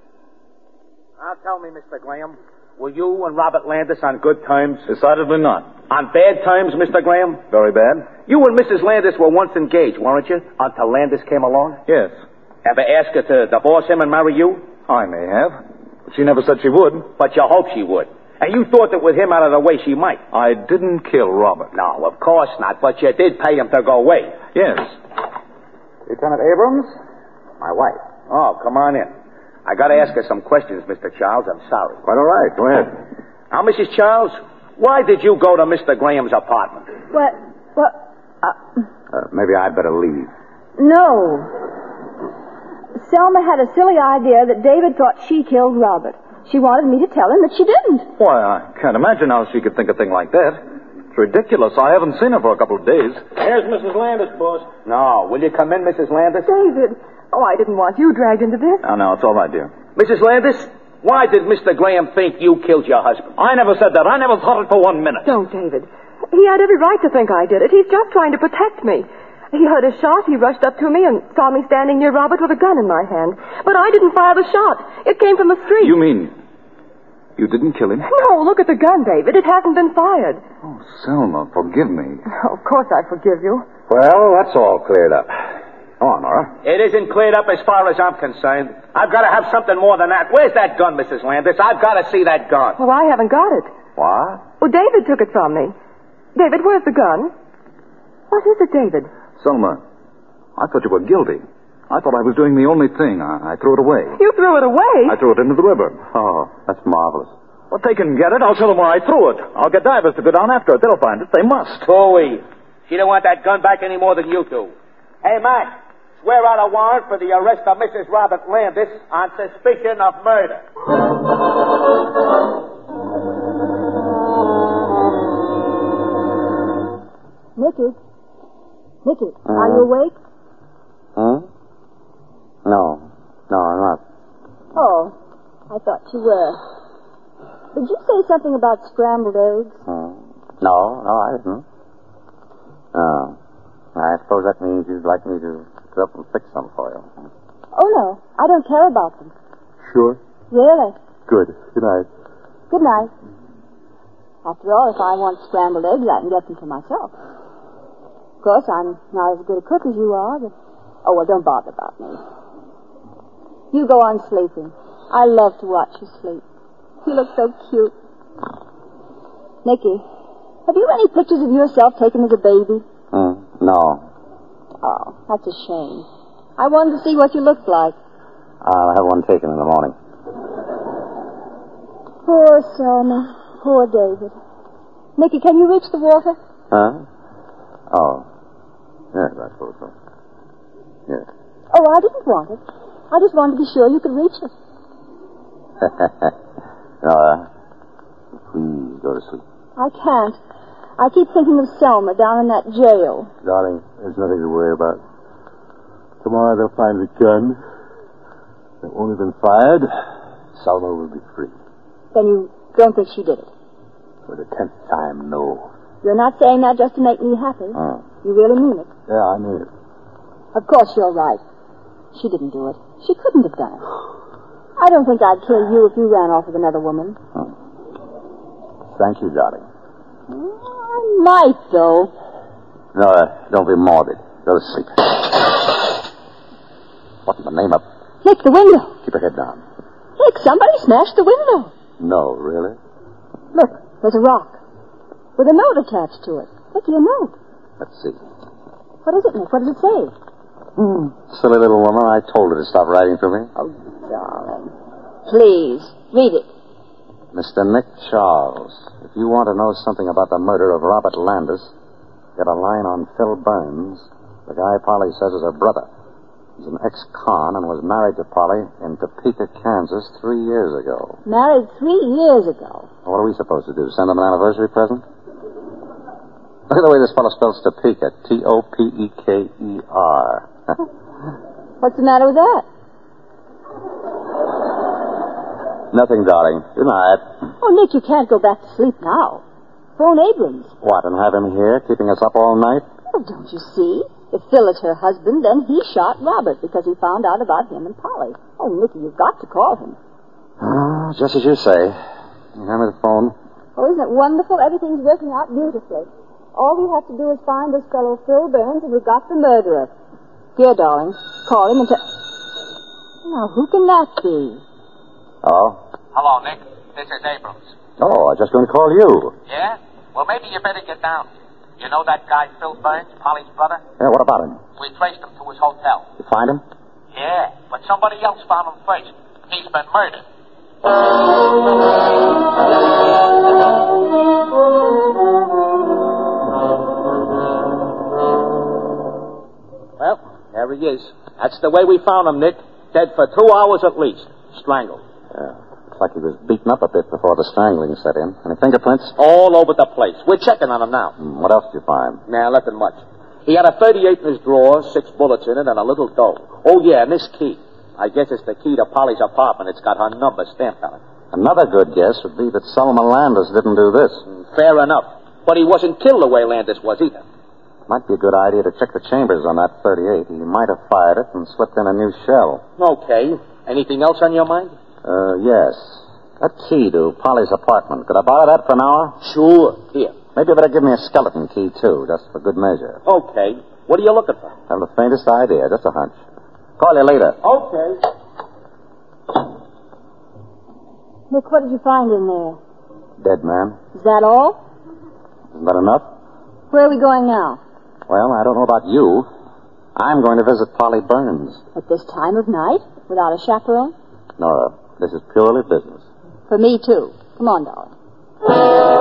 [SPEAKER 11] Now tell me, Mr. Graham, were you and Robert Landis on good terms?
[SPEAKER 3] Decidedly not.
[SPEAKER 11] On bad terms, Mr. Graham?
[SPEAKER 3] Very bad?
[SPEAKER 11] You and Mrs. Landis were once engaged, weren't you? Until Landis came along?
[SPEAKER 3] Yes.
[SPEAKER 11] Ever ask her to divorce him and marry you?
[SPEAKER 3] I may have. She never said she would.
[SPEAKER 11] But you hoped she would. And you thought that with him out of the way, she might.
[SPEAKER 3] I didn't kill Robert.
[SPEAKER 11] No, of course not. But you did pay him to go away.
[SPEAKER 3] Yes.
[SPEAKER 11] Lieutenant Abrams?
[SPEAKER 3] My wife.
[SPEAKER 11] Oh, come on in. I gotta ask her some questions, Mr. Charles. I'm sorry.
[SPEAKER 3] Quite all right. Go ahead.
[SPEAKER 11] Now, Mrs. Charles, why did you go to Mr. Graham's apartment?
[SPEAKER 18] What? What?
[SPEAKER 3] Uh, maybe I'd better leave.
[SPEAKER 18] No. Selma had a silly idea that David thought she killed Robert. She wanted me to tell him that she didn't.
[SPEAKER 3] Why, I can't imagine how she could think a thing like that. It's ridiculous. I haven't seen her for a couple of days.
[SPEAKER 6] Here's Mrs. Landis, boss.
[SPEAKER 11] No. Will you come in, Mrs. Landis?
[SPEAKER 9] David. Oh, I didn't want you dragged into this.
[SPEAKER 3] Oh, no, it's all right, dear.
[SPEAKER 11] Mrs. Landis, why did Mr. Graham think you killed your husband?
[SPEAKER 3] I never said that. I never thought it for one minute.
[SPEAKER 9] Don't, David. He had every right to think I did it. He's just trying to protect me. He heard a shot. He rushed up to me and saw me standing near Robert with a gun in my hand. But I didn't fire the shot. It came from the street.
[SPEAKER 3] You mean you didn't kill him?
[SPEAKER 9] No, look at the gun, David. It hasn't been fired.
[SPEAKER 3] Oh, Selma, forgive me.
[SPEAKER 9] Oh, of course I forgive you.
[SPEAKER 3] Well, that's all cleared up. Come on, Nora.
[SPEAKER 11] It isn't cleared up as far as I'm concerned. I've got to have something more than that. Where's that gun, Mrs. Landis? I've got to see that gun.
[SPEAKER 9] Well, I haven't got it.
[SPEAKER 3] What?
[SPEAKER 9] Well, David took it from me. David, where's the gun? What is it, David?
[SPEAKER 3] Selma, I thought you were guilty. I thought I was doing the only thing. I, I threw it away.
[SPEAKER 9] You threw it away?
[SPEAKER 3] I threw it into the river. Oh, that's marvelous. Well, they can get it. I'll show them where I threw it. I'll get divers to go down after it. They'll find it. They must.
[SPEAKER 11] Bowie, she don't want that gun back any more than you do. Hey, Mac, swear out a warrant for the arrest of Mrs. Robert Landis on suspicion of murder.
[SPEAKER 18] Nicky. Nicky, are you awake?
[SPEAKER 3] Hmm? No. No, I'm not.
[SPEAKER 18] Oh, I thought you were. Did you say something about scrambled eggs?
[SPEAKER 3] Hmm. No, no, I didn't. No. I suppose that means you'd like me to sit up and fix some for you.
[SPEAKER 18] Oh, no. I don't care about them.
[SPEAKER 3] Sure.
[SPEAKER 18] Really?
[SPEAKER 3] Good. Good night.
[SPEAKER 18] Good night. After all, if I want scrambled eggs, I can get them for myself. Of course, I'm not as good a cook as you are, but. Oh, well, don't bother about me. You go on sleeping. I love to watch you sleep. You look so cute. Nicky, have you any pictures of yourself taken as a baby?
[SPEAKER 3] Hmm. No.
[SPEAKER 18] Oh, that's a shame. I wanted to see what you looked like.
[SPEAKER 3] I'll have one taken in the morning.
[SPEAKER 18] Poor Selma. Poor David. Nicky, can you reach the water?
[SPEAKER 3] Huh? Oh. Yes, I suppose so. Yes.
[SPEAKER 18] Oh, I didn't want it. I just wanted to be sure you could reach it.
[SPEAKER 3] Nora, please go to sleep.
[SPEAKER 18] I can't. I keep thinking of Selma down in that jail.
[SPEAKER 3] Darling, there's nothing to worry about. Tomorrow they'll find the gun. It won't have been fired. Salma will be free.
[SPEAKER 18] Then you don't think she did it.
[SPEAKER 3] For the tenth time, no.
[SPEAKER 18] You're not saying that just to make me happy.
[SPEAKER 3] Oh.
[SPEAKER 18] You really mean it.
[SPEAKER 3] Yeah, I mean it.
[SPEAKER 18] Of course you're right. She didn't do it. She couldn't have done it. I don't think I'd kill you if you ran off with another woman.
[SPEAKER 3] Hmm. Thank you, darling.
[SPEAKER 18] I might, though.
[SPEAKER 3] Nora, uh, don't be morbid. Go to sleep. What in the name of...
[SPEAKER 18] Nick, the window.
[SPEAKER 3] Keep your head down.
[SPEAKER 18] Nick, somebody smashed the window.
[SPEAKER 3] No, really?
[SPEAKER 18] Look, there's a rock. With a note attached to it. Nicky, a note.
[SPEAKER 3] Let's see.
[SPEAKER 18] What is it, Nick? What does it say?
[SPEAKER 3] Hmm. Silly little woman. I told her to stop writing to me.
[SPEAKER 18] Oh, darling. Please, read it.
[SPEAKER 3] Mr. Nick Charles, if you want to know something about the murder of Robert Landis, get a line on Phil Burns, the guy Polly says is her brother. He's an ex-con and was married to Polly in Topeka, Kansas, three years ago.
[SPEAKER 18] Married three years ago.
[SPEAKER 3] What are we supposed to do? Send him an anniversary present? Look at the way this fellow spells Topeka. E T-O-P-E-K-E-R.
[SPEAKER 18] What's the matter with that?
[SPEAKER 3] Nothing, darling. Good night.
[SPEAKER 18] Oh, Nick, you can't go back to sleep now. Phone Abrams.
[SPEAKER 3] What, and have him here, keeping us up all night?
[SPEAKER 18] Oh, don't you see? If Phil is her husband, then he shot Robert because he found out about him and Polly. Oh, Nicky, you've got to call him.
[SPEAKER 3] Ah, just as you say. You hand me the phone.
[SPEAKER 18] Oh, isn't it wonderful? Everything's working out beautifully. All we have to do is find this fellow Phil Burns, and we've got the murderer. Dear darling, call him and tell. Now, who can that be?
[SPEAKER 3] Hello?
[SPEAKER 19] Hello, Nick. This is Abrams.
[SPEAKER 3] Oh, I was just going to call you.
[SPEAKER 19] Yeah? Well, maybe you better get down here. You know that guy Phil Burns, Polly's brother?
[SPEAKER 3] Yeah, what about him?
[SPEAKER 19] We traced him to his hotel.
[SPEAKER 3] You find him?
[SPEAKER 19] Yeah, but somebody else found him first. He's been murdered.
[SPEAKER 11] Well, there he is. That's the way we found him, Nick. Dead for two hours at least. Strangled.
[SPEAKER 3] Yeah. Looks like he was beaten up a bit before the strangling set in. Any fingerprints?
[SPEAKER 11] All over the place. We're checking on him now.
[SPEAKER 3] Hmm, What else did you find?
[SPEAKER 11] Nah, nothing much. He had a 38 in his drawer, six bullets in it, and a little dough. Oh, yeah, and this key. I guess it's the key to Polly's apartment. It's got her number stamped on it.
[SPEAKER 3] Another good guess would be that Solomon Landis didn't do this.
[SPEAKER 11] Fair enough. But he wasn't killed the way Landis was either.
[SPEAKER 3] Might be a good idea to check the chambers on that 38. He might have fired it and slipped in a new shell.
[SPEAKER 11] Okay. Anything else on your mind?
[SPEAKER 3] Uh, yes. That key to Polly's apartment. Could I borrow that for an hour?
[SPEAKER 11] Sure. Here.
[SPEAKER 3] Maybe you better give me a skeleton key, too, just for good measure.
[SPEAKER 11] Okay. What are you looking for?
[SPEAKER 3] Haven't the faintest idea, just a hunch. Call you later.
[SPEAKER 11] Okay.
[SPEAKER 18] Nick, what did you find in there?
[SPEAKER 3] Dead man.
[SPEAKER 18] Is that all?
[SPEAKER 3] Isn't that enough?
[SPEAKER 18] Where are we going now?
[SPEAKER 3] Well, I don't know about you. I'm going to visit Polly Burns.
[SPEAKER 18] At this time of night? Without a chaperone?
[SPEAKER 3] Nora, this is purely business.
[SPEAKER 18] For me, too. Come on, darling.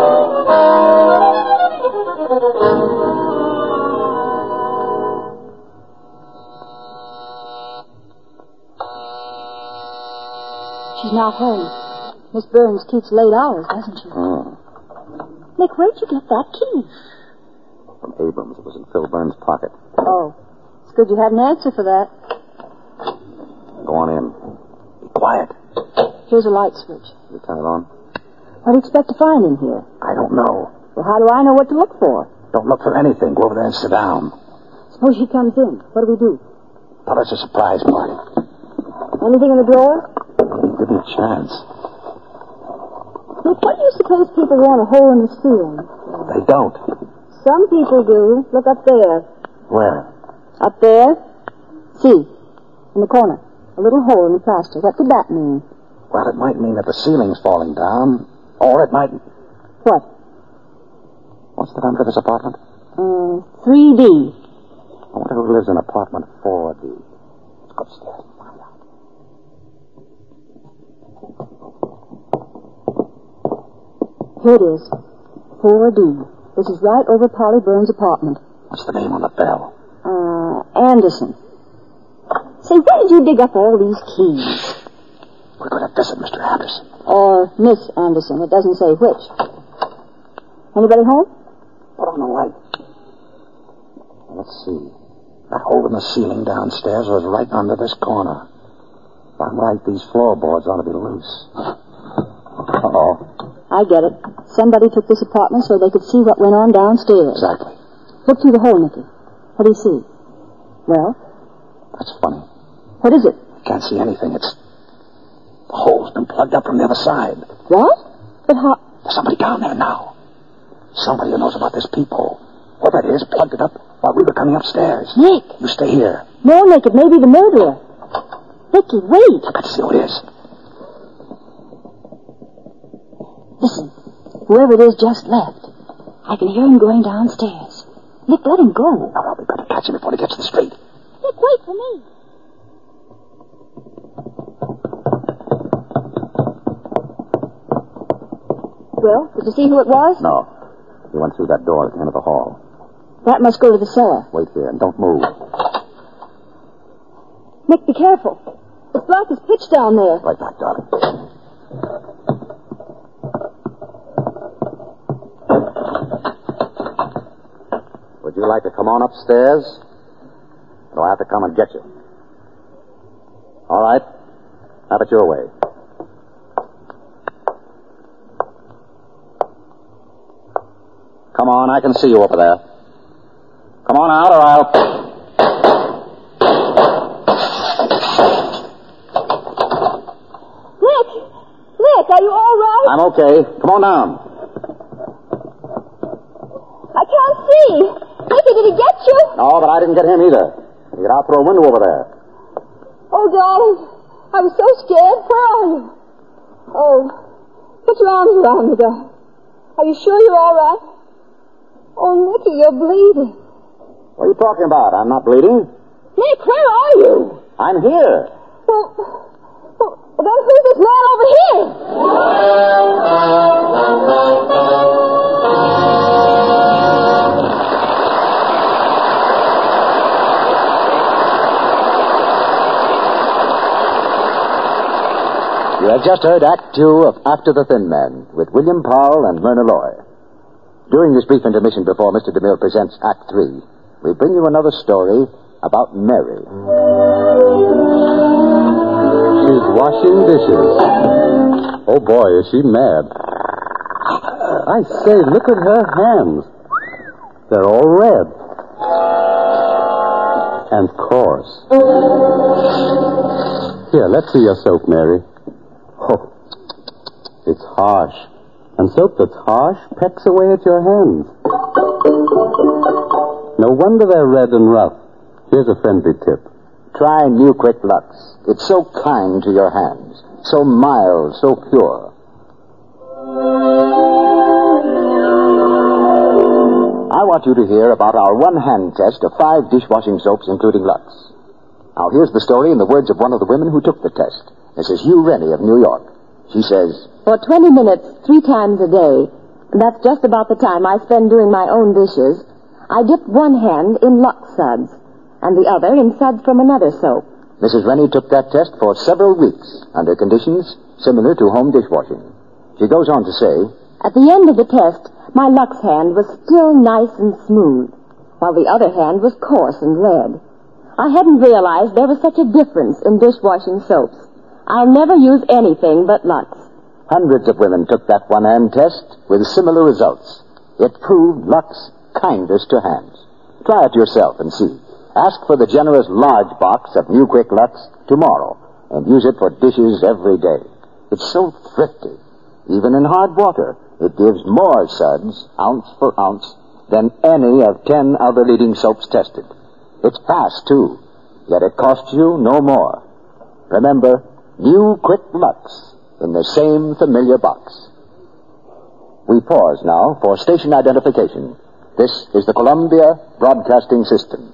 [SPEAKER 18] She's not home. Miss Burns keeps late hours, doesn't she?
[SPEAKER 3] Hmm.
[SPEAKER 18] Nick, where'd you get that key?
[SPEAKER 3] From Abrams. It was in Phil Burns' pocket.
[SPEAKER 18] Oh, it's good you had an answer for that.
[SPEAKER 3] Go on in. Be quiet.
[SPEAKER 18] Here's a light switch.
[SPEAKER 3] You turn it on.
[SPEAKER 18] What do you expect to find in here?
[SPEAKER 3] I don't know.
[SPEAKER 18] Well, how do I know what to look for?
[SPEAKER 3] Don't look for anything. Go over there and sit down.
[SPEAKER 18] Suppose she comes in. What do we do?
[SPEAKER 3] Tell us a surprise party.
[SPEAKER 18] Anything in the drawer?
[SPEAKER 3] Give me a chance.
[SPEAKER 18] Nick, what do you suppose people want a hole in the ceiling?
[SPEAKER 3] They don't.
[SPEAKER 18] Some people do. Look up there.
[SPEAKER 3] Where?
[SPEAKER 18] Up there? See. In the corner. A little hole in the plaster. What could that mean?
[SPEAKER 3] Well, it might mean that the ceiling's falling down, or it might.
[SPEAKER 18] What?
[SPEAKER 3] What's the number of this apartment?
[SPEAKER 18] Uh, 3D.
[SPEAKER 3] I wonder who lives in apartment 4D. Let's go upstairs.
[SPEAKER 18] Here it is. 4D. This is right over Polly Burns' apartment.
[SPEAKER 3] What's the name on the bell?
[SPEAKER 18] Uh, Anderson. Say, where did you dig up all these keys?
[SPEAKER 3] We're going to visit Mr. Anderson.
[SPEAKER 18] Or Miss Anderson. It doesn't say which. Anybody home?
[SPEAKER 3] Put on the light. Let's see. That hole in the ceiling downstairs was right under this corner. If I'm right, these floorboards ought to be loose. Uh-oh.
[SPEAKER 18] I get it. Somebody took this apartment so they could see what went on downstairs.
[SPEAKER 3] Exactly.
[SPEAKER 18] Look through the hole, Nicky. What do you see? Well,
[SPEAKER 3] That's funny.
[SPEAKER 18] what is it?
[SPEAKER 3] Can't see anything. It's... The hole's been plugged up from the other side.
[SPEAKER 18] What? But how?
[SPEAKER 3] There's somebody down there now. Somebody who knows about this peephole. Whoever it is plugged it up while we were coming upstairs.
[SPEAKER 18] Nick!
[SPEAKER 3] You stay here.
[SPEAKER 18] No, Nick, it may be the murderer. Nicky, wait.
[SPEAKER 3] I've got to see who it is.
[SPEAKER 18] Listen. Whoever it is just left. I can hear him going downstairs. Nick, let him go.
[SPEAKER 3] Now, we've got to catch him before he gets to the street.
[SPEAKER 18] Nick, wait for me. Well, did you see who it was?
[SPEAKER 12] No. He went through that door at the end of the hall.
[SPEAKER 18] That must go to the cellar.
[SPEAKER 12] Wait here and don't move.
[SPEAKER 18] Nick, be careful. It's black as pitch down there.
[SPEAKER 12] Right back, darling. Would you like to come on upstairs? Or I'll have to come and get you. All right. Have it your way. Come on, I can see you over there. Come on out or I'll.
[SPEAKER 20] Nick! Nick, are you all right?
[SPEAKER 12] I'm okay. Come on down.
[SPEAKER 20] I can't see. Nicky, did he get you?
[SPEAKER 12] No, but I didn't get him either. He got out through a window over there.
[SPEAKER 20] Oh, darling, I was so scared. Where are you? Oh, put your arms around me, darling. Are you sure you're all right? Oh, Nicky, you're bleeding.
[SPEAKER 12] What are you talking about? I'm not bleeding.
[SPEAKER 20] Nick, where are you?
[SPEAKER 12] I'm here.
[SPEAKER 20] Well, well then who's this man over here?
[SPEAKER 12] You have just heard Act Two of After the Thin Man with William Powell and Myrna Loy. During this brief intermission before Mr. DeMille presents Act Three, we bring you another story about Mary.
[SPEAKER 3] She's washing dishes. Oh boy, is she mad. I say, look at her hands. They're all red. And coarse. Here, let's see your soap, Mary. Oh, it's harsh. And soap that's harsh pecks away at your hands. No wonder they're red and rough. Here's a friendly tip.
[SPEAKER 12] Try New Quick Lux. It's so kind to your hands, so mild, so pure. I want you to hear about our one hand test of five dishwashing soaps, including Lux. Now, here's the story in the words of one of the women who took the test, Mrs. Hugh Rennie of New York. She says,
[SPEAKER 9] For 20 minutes, three times a day, and that's just about the time I spend doing my own dishes, I dip one hand in Lux suds and the other in suds from another soap.
[SPEAKER 12] Mrs. Rennie took that test for several weeks under conditions similar to home dishwashing. She goes on to say,
[SPEAKER 9] At the end of the test, my Lux hand was still nice and smooth, while the other hand was coarse and red. I hadn't realized there was such a difference in dishwashing soaps. I'll never use anything but Lux.
[SPEAKER 12] Hundreds of women took that one hand test with similar results. It proved Lux kindest to hands. Try it yourself and see. Ask for the generous large box of New Quick Lux tomorrow and use it for dishes every day. It's so thrifty. Even in hard water, it gives more suds, ounce for ounce, than any of ten other leading soaps tested. It's fast, too, yet it costs you no more. Remember, New Quick Lux in the same familiar box. We pause now for station identification. This is the Columbia Broadcasting System.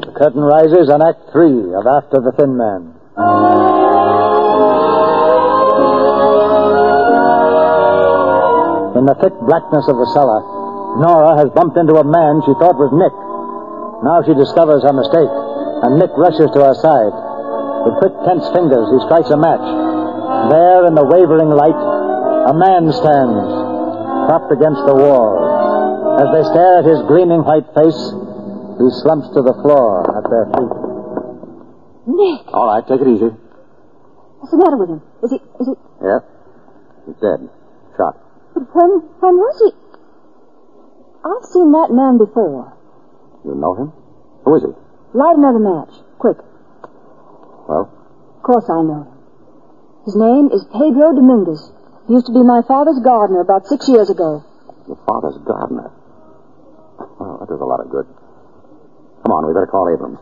[SPEAKER 2] The curtain rises on Act Three of After the Thin Man. In the thick blackness of the cellar, Nora has bumped into a man she thought was Nick. Now she discovers her mistake, and Nick rushes to her side. With quick, tense fingers, he strikes a match. There, in the wavering light, a man stands, propped against the wall. As they stare at his gleaming white face, he slumps to the floor at their feet.
[SPEAKER 18] Nick,
[SPEAKER 12] All right, take it easy.
[SPEAKER 18] what's the matter with him? Is he, is he,
[SPEAKER 12] Yeah. He's dead. Shot.
[SPEAKER 18] but when, when was he? I've seen that man before.
[SPEAKER 12] You know him? Who is he?
[SPEAKER 18] Light another match, quick.
[SPEAKER 12] Well?
[SPEAKER 18] Of course I know him. His name is Pedro Dominguez. He used to be my father's gardener about six years ago.
[SPEAKER 12] Your father's gardener. Well, that does a lot of good. Come on, we better call Abrams.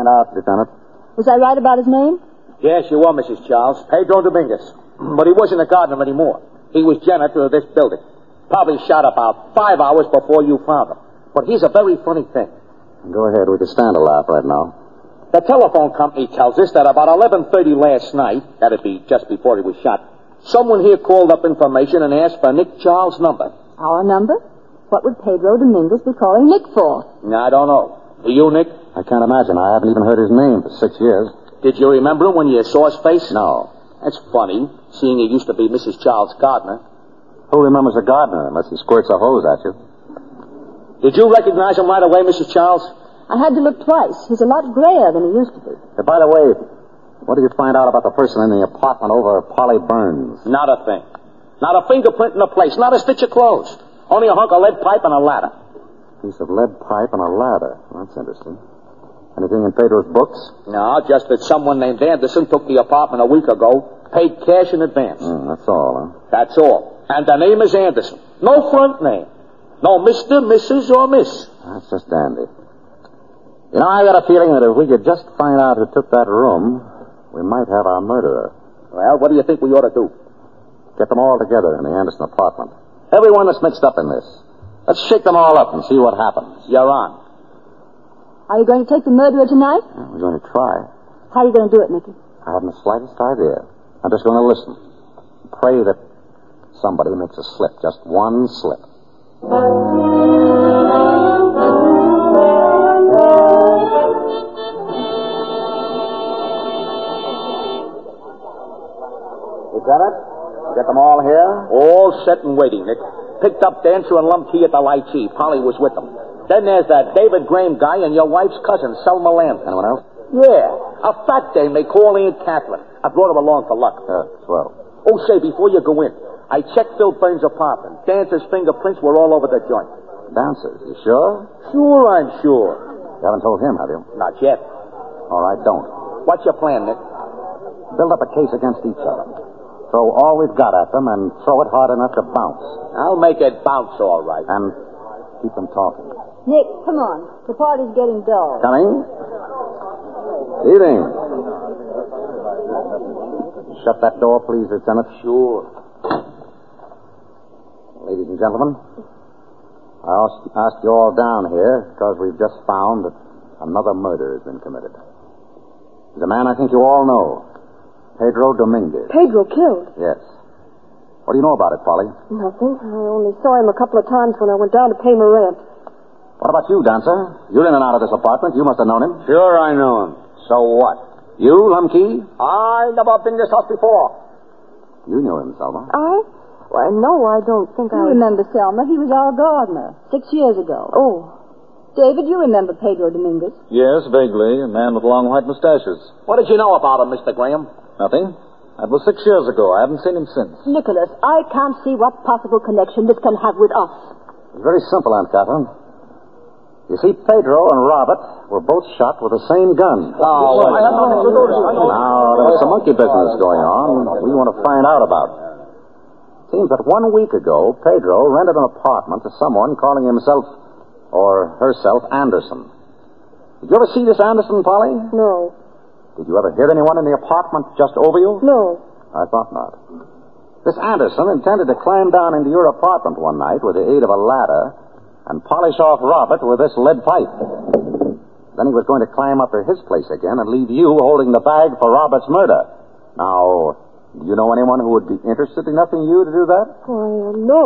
[SPEAKER 3] out, Lieutenant.
[SPEAKER 18] Was I right about his name?
[SPEAKER 11] Yes, you were, Mrs. Charles. Pedro Dominguez. But he wasn't a gardener anymore. He was janitor of this building. Probably shot about five hours before you found him. But here's a very funny thing.
[SPEAKER 3] Go ahead. We can stand a laugh right now.
[SPEAKER 11] The telephone company tells us that about 11.30 last night, that'd be just before he was shot, someone here called up information and asked for Nick Charles' number.
[SPEAKER 18] Our number? What would Pedro Dominguez be calling Nick for?
[SPEAKER 11] Now, I don't know. Do you, Nick?
[SPEAKER 3] I can't imagine. I haven't even heard his name for six years.
[SPEAKER 11] Did you remember him when you saw his face?
[SPEAKER 3] No.
[SPEAKER 11] That's funny, seeing he used to be Mrs. Charles Gardner.
[SPEAKER 3] Who remembers a gardener unless he squirts a hose at you?
[SPEAKER 11] Did you recognize him right away, Mrs. Charles?
[SPEAKER 18] I had to look twice. He's a lot grayer than he used to be.
[SPEAKER 3] And by the way, what did you find out about the person in the apartment over Polly Burns?
[SPEAKER 11] Not a thing. Not a fingerprint in the place. Not a stitch of clothes. Only a hunk of lead pipe and a ladder.
[SPEAKER 3] Piece of lead pipe and a ladder. That's interesting. Anything in Pedro's books?
[SPEAKER 11] No, just that someone named Anderson took the apartment a week ago, paid cash in advance.
[SPEAKER 3] Hmm, that's all, huh?
[SPEAKER 11] That's all. And the name is Anderson. No front name. No Mr., Mrs., or Miss.
[SPEAKER 3] That's just dandy. You know, I got a feeling that if we could just find out who took that room, we might have our murderer.
[SPEAKER 11] Well, what do you think we ought to do?
[SPEAKER 3] Get them all together in the Anderson apartment. Everyone that's mixed up in this. Let's shake them all up and see what happens.
[SPEAKER 11] You're on.
[SPEAKER 18] Are you going to take the murderer tonight?
[SPEAKER 3] Yeah, we're going to try.
[SPEAKER 18] How are you going to do it, Nicky?
[SPEAKER 3] I haven't the slightest idea. I'm just going to listen. Pray that somebody makes a slip, just one slip. Lieutenant, get them all here.
[SPEAKER 11] All set and waiting, Nick. Picked up Dancer and Lumpkey at the Lychee. Polly was with them. Then there's that David Graham guy and your wife's cousin, Selma Lambert.
[SPEAKER 3] Anyone else?
[SPEAKER 11] Yeah, a fat dame they call Aunt Catherine. I brought him along for luck.
[SPEAKER 3] Uh, twelve.
[SPEAKER 11] Oh, say, before you go in, I checked Bill Burns' apartment. Dancer's fingerprints were all over the joint.
[SPEAKER 3] Dancers, you sure?
[SPEAKER 11] Sure, I'm sure.
[SPEAKER 3] You haven't told him, have you?
[SPEAKER 11] Not yet.
[SPEAKER 3] All right, don't.
[SPEAKER 11] What's your plan, Nick?
[SPEAKER 3] Build up a case against each other. Throw all we've got at them and throw it hard enough to bounce.
[SPEAKER 11] I'll make it bounce all right.
[SPEAKER 3] And keep them talking.
[SPEAKER 18] Nick, come on. The party's getting dull.
[SPEAKER 3] Coming? Evening. Shut that door, please, Lieutenant.
[SPEAKER 11] Sure.
[SPEAKER 3] Ladies and gentlemen, I asked, asked you all down here because we've just found that another murder has been committed. He's a man I think you all know. Pedro Dominguez.
[SPEAKER 9] Pedro killed.
[SPEAKER 3] Yes. What do you know about it, Polly?
[SPEAKER 9] Nothing. I only saw him a couple of times when I went down to pay my rent.
[SPEAKER 3] What about you, Dancer? You're in and out of this apartment. You must have known him.
[SPEAKER 21] Sure, I know him.
[SPEAKER 3] So what? You, Lumkey?
[SPEAKER 11] I never been this house before.
[SPEAKER 3] You knew him, Selma.
[SPEAKER 9] I? Well, no, I don't think
[SPEAKER 18] You
[SPEAKER 9] I.
[SPEAKER 18] remember Selma. He was our gardener six years ago.
[SPEAKER 9] Oh,
[SPEAKER 18] David, you remember Pedro Dominguez.
[SPEAKER 22] Yes, vaguely. A man with long white mustaches.
[SPEAKER 11] What did you know about him, Mr. Graham?
[SPEAKER 22] Nothing. That was six years ago. I haven't seen him since.
[SPEAKER 18] Nicholas, I can't see what possible connection this can have with us.
[SPEAKER 3] It's very simple, Aunt Catherine. You see, Pedro and Robert were both shot with the same gun.
[SPEAKER 11] Oh, well,
[SPEAKER 3] Now, there was some monkey business going on we want to find out about. Seems that one week ago, Pedro rented an apartment to someone calling himself or herself Anderson. Did you ever see this Anderson, Polly?
[SPEAKER 9] no.
[SPEAKER 3] Did you ever hear anyone in the apartment just over you?
[SPEAKER 9] No.
[SPEAKER 3] I thought not. This Anderson intended to climb down into your apartment one night with the aid of a ladder and polish off Robert with this lead pipe. Then he was going to climb up to his place again and leave you holding the bag for Robert's murder. Now, do you know anyone who would be interested enough in you to do that?
[SPEAKER 9] Why, uh, no.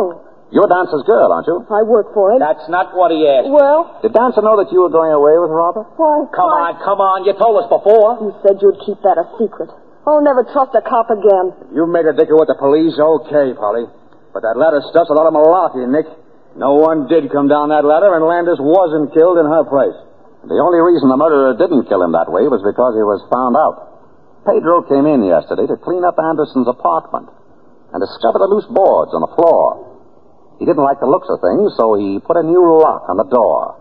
[SPEAKER 3] You're Dancer's girl, aren't you?
[SPEAKER 9] I work for him.
[SPEAKER 11] That's not what he asked.
[SPEAKER 9] Well,
[SPEAKER 3] Did Dancer know that you were going away with Robert?
[SPEAKER 9] why?
[SPEAKER 11] Come on, come on. You told us before.
[SPEAKER 9] You said you'd keep that a secret. I'll never trust a cop again.
[SPEAKER 21] You made a dicker with the police, okay, Polly. But that ladder stuff's a lot of malarkey, Nick. No one did come down that ladder, and Landis wasn't killed in her place.
[SPEAKER 3] The only reason the murderer didn't kill him that way was because he was found out. Pedro came in yesterday to clean up Anderson's apartment and discovered the loose boards on the floor. He didn't like the looks of things, so he put a new lock on the door.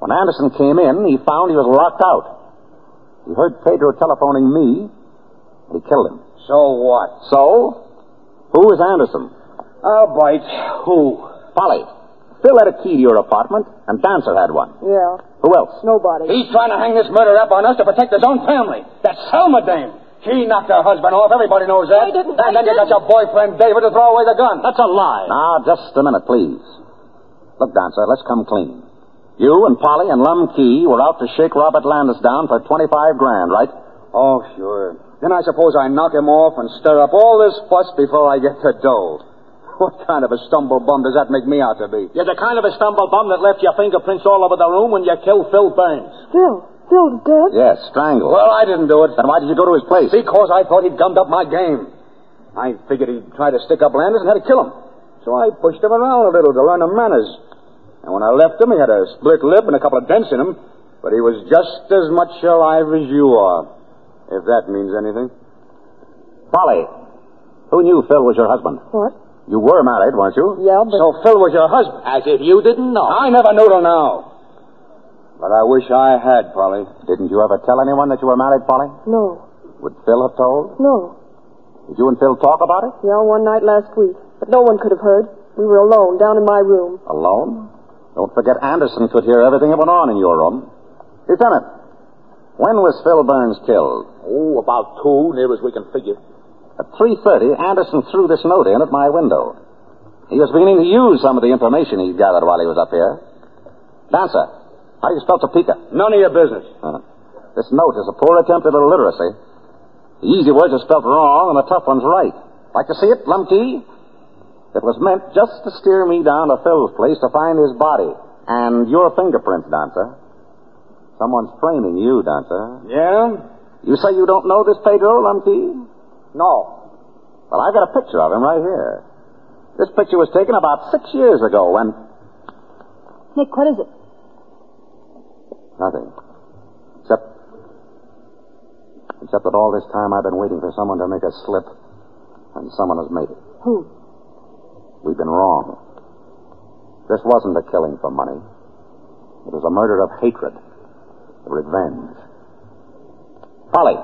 [SPEAKER 3] When Anderson came in, he found he was locked out. He heard Pedro telephoning me, and he killed him.
[SPEAKER 11] So what?
[SPEAKER 3] So, who is Anderson?
[SPEAKER 11] I'll bite. Who?
[SPEAKER 3] Polly. Phil had a key to your apartment, and Dancer had one.
[SPEAKER 18] Yeah.
[SPEAKER 3] Who else?
[SPEAKER 18] Nobody.
[SPEAKER 11] He's trying to hang this murder up on us to protect his own family. That Selma dame. She knocked her husband off. Everybody knows that.
[SPEAKER 3] I didn't-
[SPEAKER 11] And
[SPEAKER 3] I
[SPEAKER 11] then you got
[SPEAKER 3] didn't.
[SPEAKER 11] your boyfriend David to throw away the gun. That's a lie.
[SPEAKER 3] Now, just a minute, please. Look, Dancer, let's come clean. You and Polly and Lum Key were out to shake Robert Landis down for 25 grand, right?
[SPEAKER 11] Oh, sure. Then I suppose I knock him off and stir up all this fuss before I get the dough. What kind of a stumble bum does that make me out to be?
[SPEAKER 23] You're the kind of a stumble bum that left your fingerprints all over the room when you killed Phil Burns.
[SPEAKER 9] Phil. Phil's dead?
[SPEAKER 3] Yes, strangled.
[SPEAKER 11] Well, I didn't do it.
[SPEAKER 3] Then why did you go to his place?
[SPEAKER 11] Because I thought he'd gummed up my game. I figured he'd try to stick up Landis and had to kill him. So I pushed him around a little to learn him manners. And when I left him, he had a split lip and a couple of dents in him. But he was just as much alive as you are, if that means anything.
[SPEAKER 3] Polly, who knew Phil was your husband?
[SPEAKER 9] What?
[SPEAKER 3] You were married, weren't you?
[SPEAKER 9] Yeah, but.
[SPEAKER 11] So Phil was your husband. As if you didn't know. I never knew till now. But I wish I had, Polly.
[SPEAKER 3] Didn't you ever tell anyone that you were married, Polly?
[SPEAKER 9] No.
[SPEAKER 3] Would Phil have told?
[SPEAKER 9] No.
[SPEAKER 3] Did you and Phil talk about it?
[SPEAKER 9] Yeah, one night last week. But no one could have heard. We were alone down in my room.
[SPEAKER 3] Alone? Don't forget Anderson could hear everything that went on in your room. Lieutenant, when was Phil Burns killed?
[SPEAKER 23] Oh, about two, near as we can figure.
[SPEAKER 3] At 3.30, Anderson threw this note in at my window. He was beginning to use some of the information he gathered while he was up here. Dancer, how do you spell Topeka?
[SPEAKER 11] None of your business.
[SPEAKER 3] Uh, this note is a poor attempt at illiteracy. The easy words are spelt wrong and the tough ones right. Like to see it, Lumpkey? It was meant just to steer me down to Phil's place to find his body and your fingerprints, Dancer. Someone's framing you, Dancer.
[SPEAKER 11] Yeah?
[SPEAKER 3] You say you don't know this Pedro, Lumpkey?
[SPEAKER 11] No.
[SPEAKER 3] Well, I've got a picture of him right here. This picture was taken about six years ago when
[SPEAKER 18] Nick, what is it?
[SPEAKER 3] Nothing. Except. Except that all this time I've been waiting for someone to make a slip, and someone has made it.
[SPEAKER 18] Who?
[SPEAKER 3] We've been wrong. This wasn't a killing for money. It was a murder of hatred, of revenge. Polly,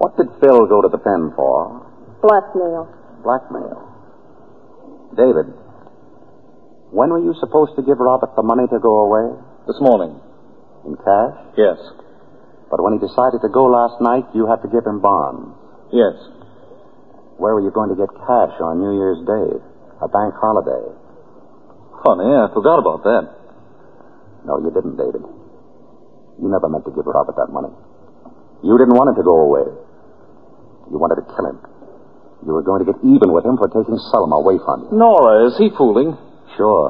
[SPEAKER 3] what did Phil go to the pen for?
[SPEAKER 9] Blackmail.
[SPEAKER 3] Blackmail. David, when were you supposed to give Robert the money to go away?
[SPEAKER 5] This morning.
[SPEAKER 3] In cash?
[SPEAKER 5] Yes.
[SPEAKER 3] But when he decided to go last night, you had to give him bonds.
[SPEAKER 5] Yes.
[SPEAKER 3] Where were you going to get cash on New Year's Day? A bank holiday.
[SPEAKER 5] Funny, I forgot about that.
[SPEAKER 3] No, you didn't, David. You never meant to give Robert that money. You didn't want him to go away. You wanted to kill him. You were going to get even with him for taking Selma away from you.
[SPEAKER 5] Nora, is he fooling?
[SPEAKER 3] Sure.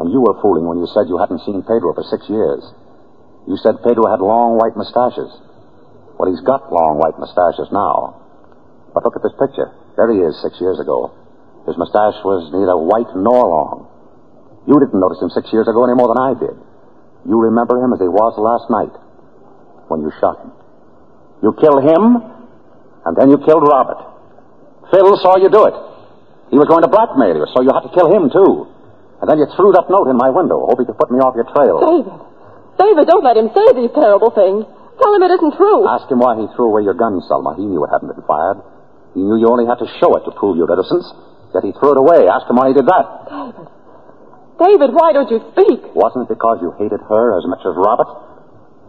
[SPEAKER 3] And you were fooling when you said you hadn't seen Pedro for six years. You said Pedro had long white mustaches. Well, he's got long white mustaches now. But look at this picture. There he is six years ago. His mustache was neither white nor long. You didn't notice him six years ago any more than I did. You remember him as he was last night when you shot him. You killed him, and then you killed Robert. Phil saw you do it. He was going to blackmail you, so you had to kill him, too. And then you threw that note in my window, hoping to put me off your trail.
[SPEAKER 9] David. David, don't let him say these terrible things. Tell him it isn't true.
[SPEAKER 3] Ask him why he threw away your gun, Selma. He knew it hadn't been fired. He knew you only had to show it to prove your innocence. Yet he threw it away. Ask him why he did that.
[SPEAKER 9] Uh, David, why don't you speak?
[SPEAKER 3] Wasn't it because you hated her as much as Robert?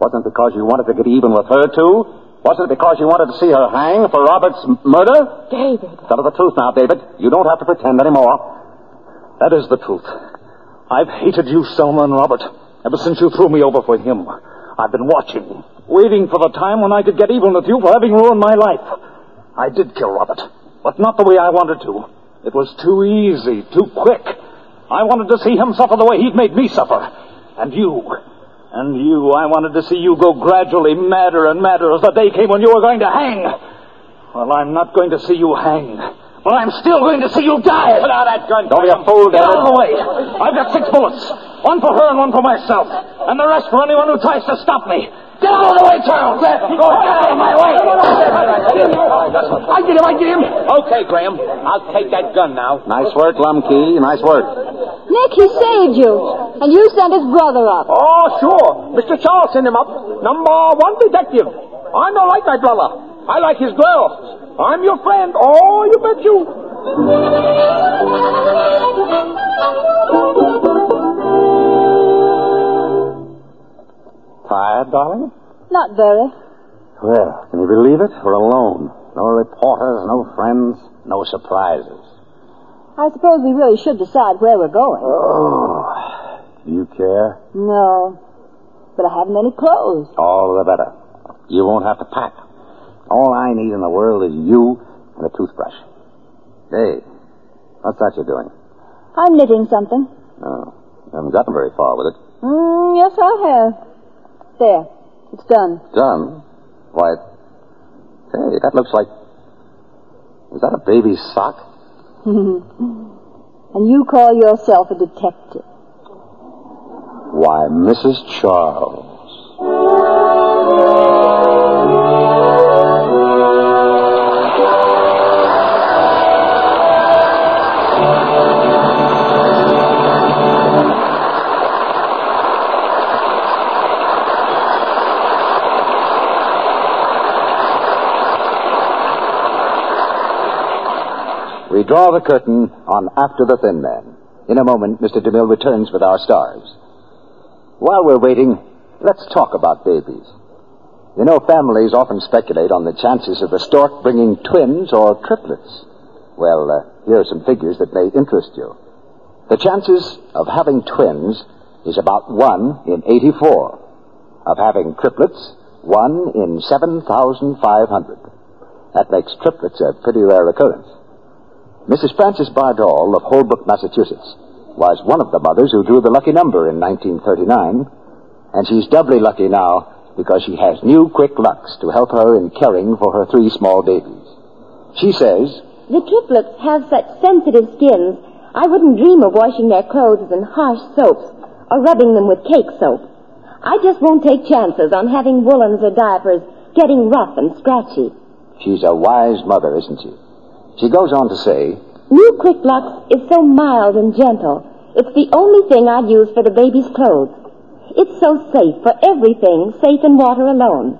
[SPEAKER 3] Wasn't it because you wanted to get even with her, too? Wasn't it because you wanted to see her hang for Robert's m- murder?
[SPEAKER 9] David.
[SPEAKER 3] Tell her the truth now, David. You don't have to pretend anymore.
[SPEAKER 5] That is the truth. I've hated you, Selma and Robert, ever since you threw me over for him. I've been watching, waiting for the time when I could get even with you for having ruined my life. I did kill Robert, but not the way I wanted to. It was too easy, too quick. I wanted to see him suffer the way he'd made me suffer. And you. And you. I wanted to see you go gradually madder and madder as the day came when you were going to hang. Well, I'm not going to see you hang. But I'm still going to see you die. Put out that gun. Don't be a fool, Get out of the way. I've got six bullets. One for her and one for myself. And the rest for anyone who tries to stop me. Get out of the way, Charles. Go get out of my way.
[SPEAKER 11] I
[SPEAKER 5] get him, I get him.
[SPEAKER 23] Okay, Graham. I'll take that gun now.
[SPEAKER 3] Nice work, Lumkey. Nice work.
[SPEAKER 18] Nick, he saved you. And you sent his brother up.
[SPEAKER 11] Oh, sure. Mr. Charles sent him up. Number one detective. I don't like my brother. I like his girl. I'm your friend. Oh, you bet you.
[SPEAKER 3] Tired, darling?
[SPEAKER 18] Not very.
[SPEAKER 3] Well, can you believe it? We're alone. No reporters, no friends, no surprises.
[SPEAKER 18] I suppose we really should decide where we're going.
[SPEAKER 3] Oh. Do you care?
[SPEAKER 18] No. But I haven't any clothes.
[SPEAKER 3] All the better. You won't have to pack. All I need in the world is you and a toothbrush. Hey, what's that you're doing?
[SPEAKER 18] I'm knitting something.
[SPEAKER 3] Oh, you haven't gotten very far with it.
[SPEAKER 18] Mm, yes, I have. There. It's done.
[SPEAKER 3] Done? Why, hey, that looks like. Is that a baby's sock?
[SPEAKER 18] and you call yourself a detective.
[SPEAKER 3] Why, Mrs. Charles.
[SPEAKER 12] We draw the curtain on After the Thin Man. In a moment, Mr. DeMille returns with our stars. While we're waiting, let's talk about babies. You know, families often speculate on the chances of a stork bringing twins or triplets. Well, uh, here are some figures that may interest you. The chances of having twins is about 1 in 84. Of having triplets, 1 in 7,500. That makes triplets a pretty rare occurrence. Mrs. Frances Bardall of Holbrook, Massachusetts, was one of the mothers who drew the lucky number in 1939, and she's doubly lucky now because she has new quick lucks to help her in caring for her three small babies. She says,
[SPEAKER 9] The triplets have such sensitive skins, I wouldn't dream of washing their clothes in harsh soaps or rubbing them with cake soap. I just won't take chances on having woolens or diapers getting rough and scratchy.
[SPEAKER 12] She's a wise mother, isn't she? She goes on to say,
[SPEAKER 9] New Quick Lux is so mild and gentle. It's the only thing I'd use for the baby's clothes. It's so safe for everything, safe in water alone.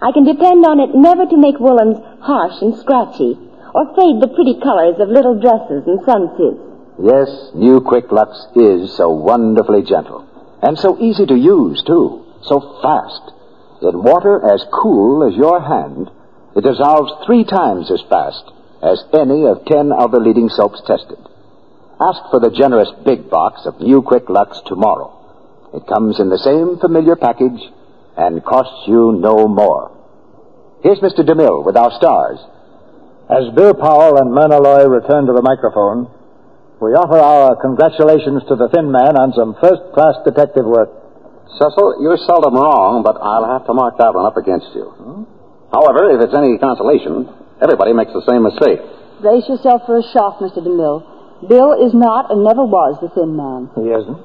[SPEAKER 9] I can depend on it never to make woolens harsh and scratchy or fade the pretty colors of little dresses and sunsuits.
[SPEAKER 12] Yes, new Quick Lux is so wonderfully gentle. And so easy to use, too. So fast. In water as cool as your hand, it dissolves three times as fast as any of ten other leading soaps tested. Ask for the generous big box of new Quick Lux tomorrow. It comes in the same familiar package and costs you no more. Here's Mr. DeMille with our stars.
[SPEAKER 2] As Bill Powell and Myrna Loy return to the microphone, we offer our congratulations to the thin man on some first class detective work.
[SPEAKER 3] Cecil, you're seldom wrong, but I'll have to mark that one up against you. However, if it's any consolation, everybody makes the same mistake.
[SPEAKER 18] Brace yourself for a shock, Mr. DeMille. Bill is not and never was the thin man.
[SPEAKER 2] He isn't.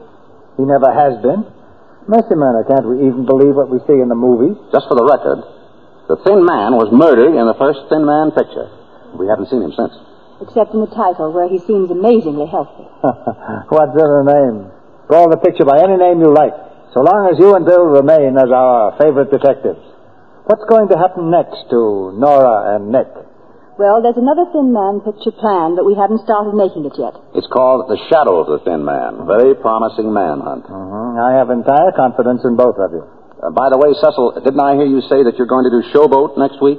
[SPEAKER 2] He never has been. Mercy, Myrna, can't we even believe what we see in the movies?
[SPEAKER 3] Just for the record, the thin man was murdered in the first thin man picture. We haven't seen him since.
[SPEAKER 18] Except in the title, where he seems amazingly healthy.
[SPEAKER 2] What's in a name? Call the picture by any name you like, so long as you and Bill remain as our favorite detectives. What's going to happen next to Nora and Nick?
[SPEAKER 18] Well, there's another thin man picture planned, but we haven't started making it yet.
[SPEAKER 3] It's called The Shadow of the Thin Man. Very promising manhunt.
[SPEAKER 2] Mm, I have entire confidence in both of you.
[SPEAKER 3] Uh, by the way, Cecil, didn't I hear you say that you're going to do Showboat next week?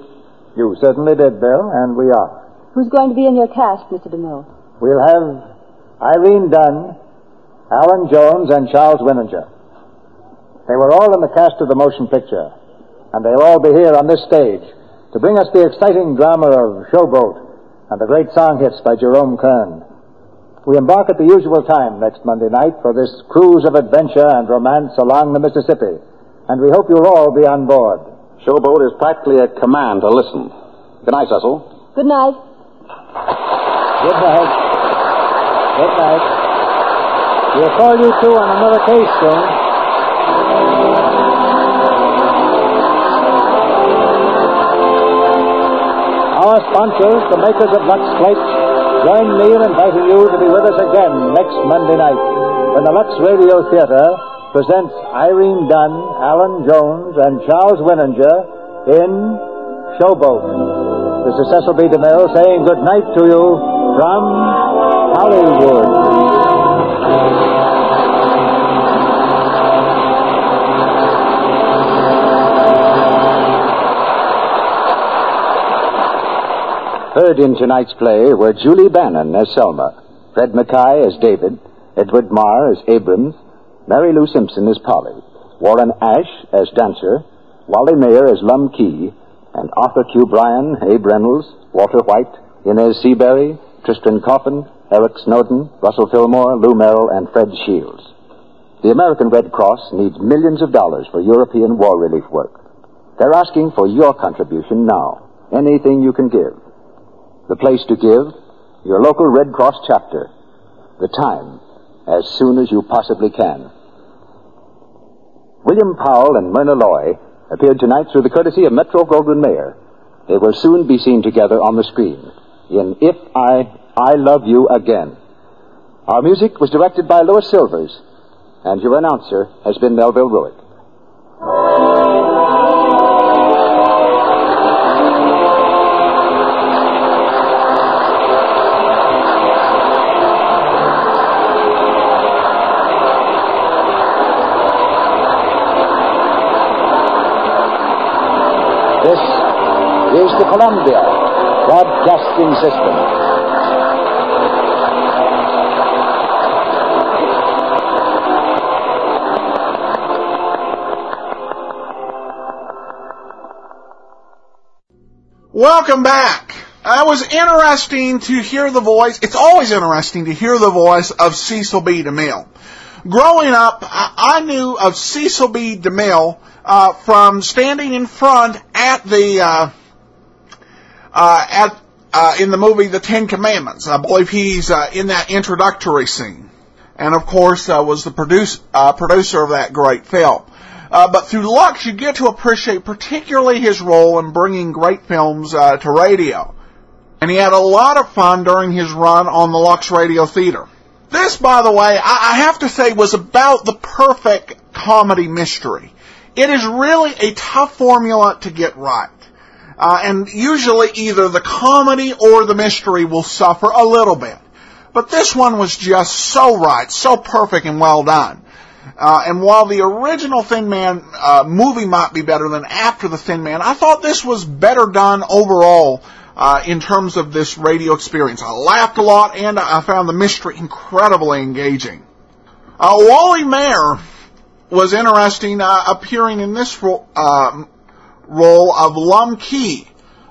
[SPEAKER 2] You certainly did, Bill, and we are.
[SPEAKER 18] Who's going to be in your cast, Mr. DeMille?
[SPEAKER 2] We'll have Irene Dunn, Alan Jones, and Charles Wininger. They were all in the cast of the motion picture, and they'll all be here on this stage to bring us the exciting drama of Showboat and the great song hits by Jerome Kern. We embark at the usual time next Monday night for this cruise of adventure and romance along the Mississippi, and we hope you'll all be on board.
[SPEAKER 3] Showboat is practically a command to listen. Good night, Cecil.
[SPEAKER 18] Good night.
[SPEAKER 2] Good night. Good night. We'll call you two on another case soon. Our sponsors, the makers of Lux Flakes, join me in inviting you to be with us again next Monday night when the Lux Radio Theater presents Irene Dunn, Alan Jones, and Charles Wininger in Showboat. This is Cecil B. DeMille saying good night to you
[SPEAKER 24] From Hollywood.
[SPEAKER 12] Heard in tonight's play were Julie Bannon as Selma, Fred Mackay as David, Edward Marr as Abrams, Mary Lou Simpson as Polly, Warren Ash as Dancer, Wally Mayer as Lum Key, and Arthur Q. Bryan, Abe Reynolds, Walter White, Inez Seabury, Tristan Coffin, Eric Snowden, Russell Fillmore, Lou Merrill, and Fred Shields. The American Red Cross needs millions of dollars for European war relief work. They're asking for your contribution now, anything you can give. The place to give, your local Red Cross chapter. The time, as soon as you possibly can. William Powell and Myrna Loy appeared tonight through the courtesy of Metro Goldwyn Mayer. They will soon be seen together on the screen in If I, I Love You Again. Our music was directed by Louis Silvers, and your announcer has been Melville Ruick.
[SPEAKER 24] This is the Columbia Broadcasting System.
[SPEAKER 1] Welcome back. Uh, It was interesting to hear the voice. It's always interesting to hear the voice of Cecil B. DeMille. Growing up, I, I knew of Cecil B. DeMille uh, from standing in front at the uh, uh, at uh, in the movie The Ten Commandments. I believe he's uh, in that introductory scene, and of course uh, was the produce, uh, producer of that great film. Uh, but through Lux, you get to appreciate particularly his role in bringing great films uh, to radio. And he had a lot of fun during his run on the Lux Radio Theater. This, by the way, I, I have to say was about the perfect comedy mystery. It is really a tough formula to get right. Uh, and usually either the comedy or the mystery will suffer a little bit. But this one was just so right, so perfect and well done. Uh, and while the original Thin Man uh, movie might be better than After the Thin Man, I thought this was better done overall uh, in terms of this radio experience. I laughed a lot, and I found the mystery incredibly engaging. Uh, Wally Mayer was interesting uh, appearing in this ro- um, role of Lum Key,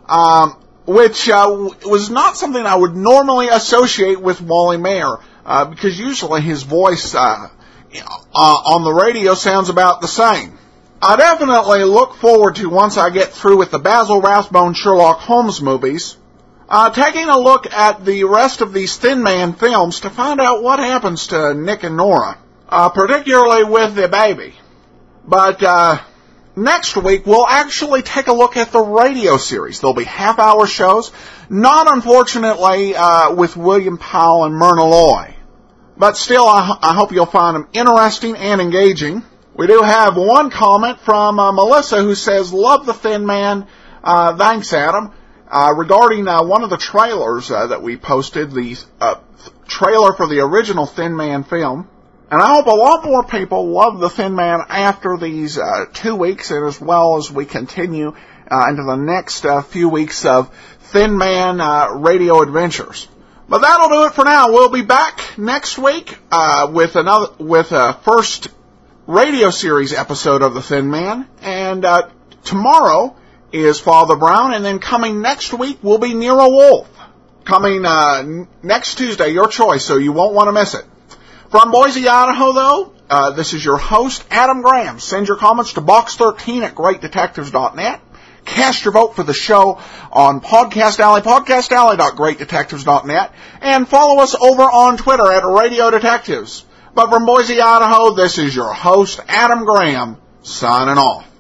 [SPEAKER 1] um, which uh, w- was not something I would normally associate with Wally Mayer, uh, because usually his voice uh, uh, on the radio sounds about the same. I definitely look forward to once I get through with the Basil Rathbone Sherlock Holmes movies, uh, taking a look at the rest of these Thin Man films to find out what happens to Nick and Nora, uh, particularly with the baby. But uh, next week we'll actually take a look at the radio series. There'll be half-hour shows, not unfortunately uh, with William Powell and Myrna Loy. But still, I, I hope you'll find them interesting and engaging. We do have one comment from uh, Melissa who says, Love the Thin Man. Uh, thanks, Adam. Uh, regarding uh, one of the trailers uh, that we posted, the uh, trailer for the original Thin Man film. And I hope a lot more people love the Thin Man after these uh, two weeks and as well as we continue uh, into the next uh, few weeks of Thin Man uh, radio adventures. But that'll do it for now. We'll be back next week uh, with another with a first radio series episode of The Thin Man, and uh, tomorrow is Father Brown, and then coming next week will be Nero Wolf. Coming uh, n- next Tuesday, your choice, so you won't want to miss it. From Boise, Idaho, though, uh, this is your host, Adam Graham. Send your comments to box13 at greatdetectives.net cast your vote for the show on Podcast Alley, podcastalley.greatdetectives.net, and follow us over on Twitter at Radio Detectives. But from Boise, Idaho, this is your host, Adam Graham, signing off.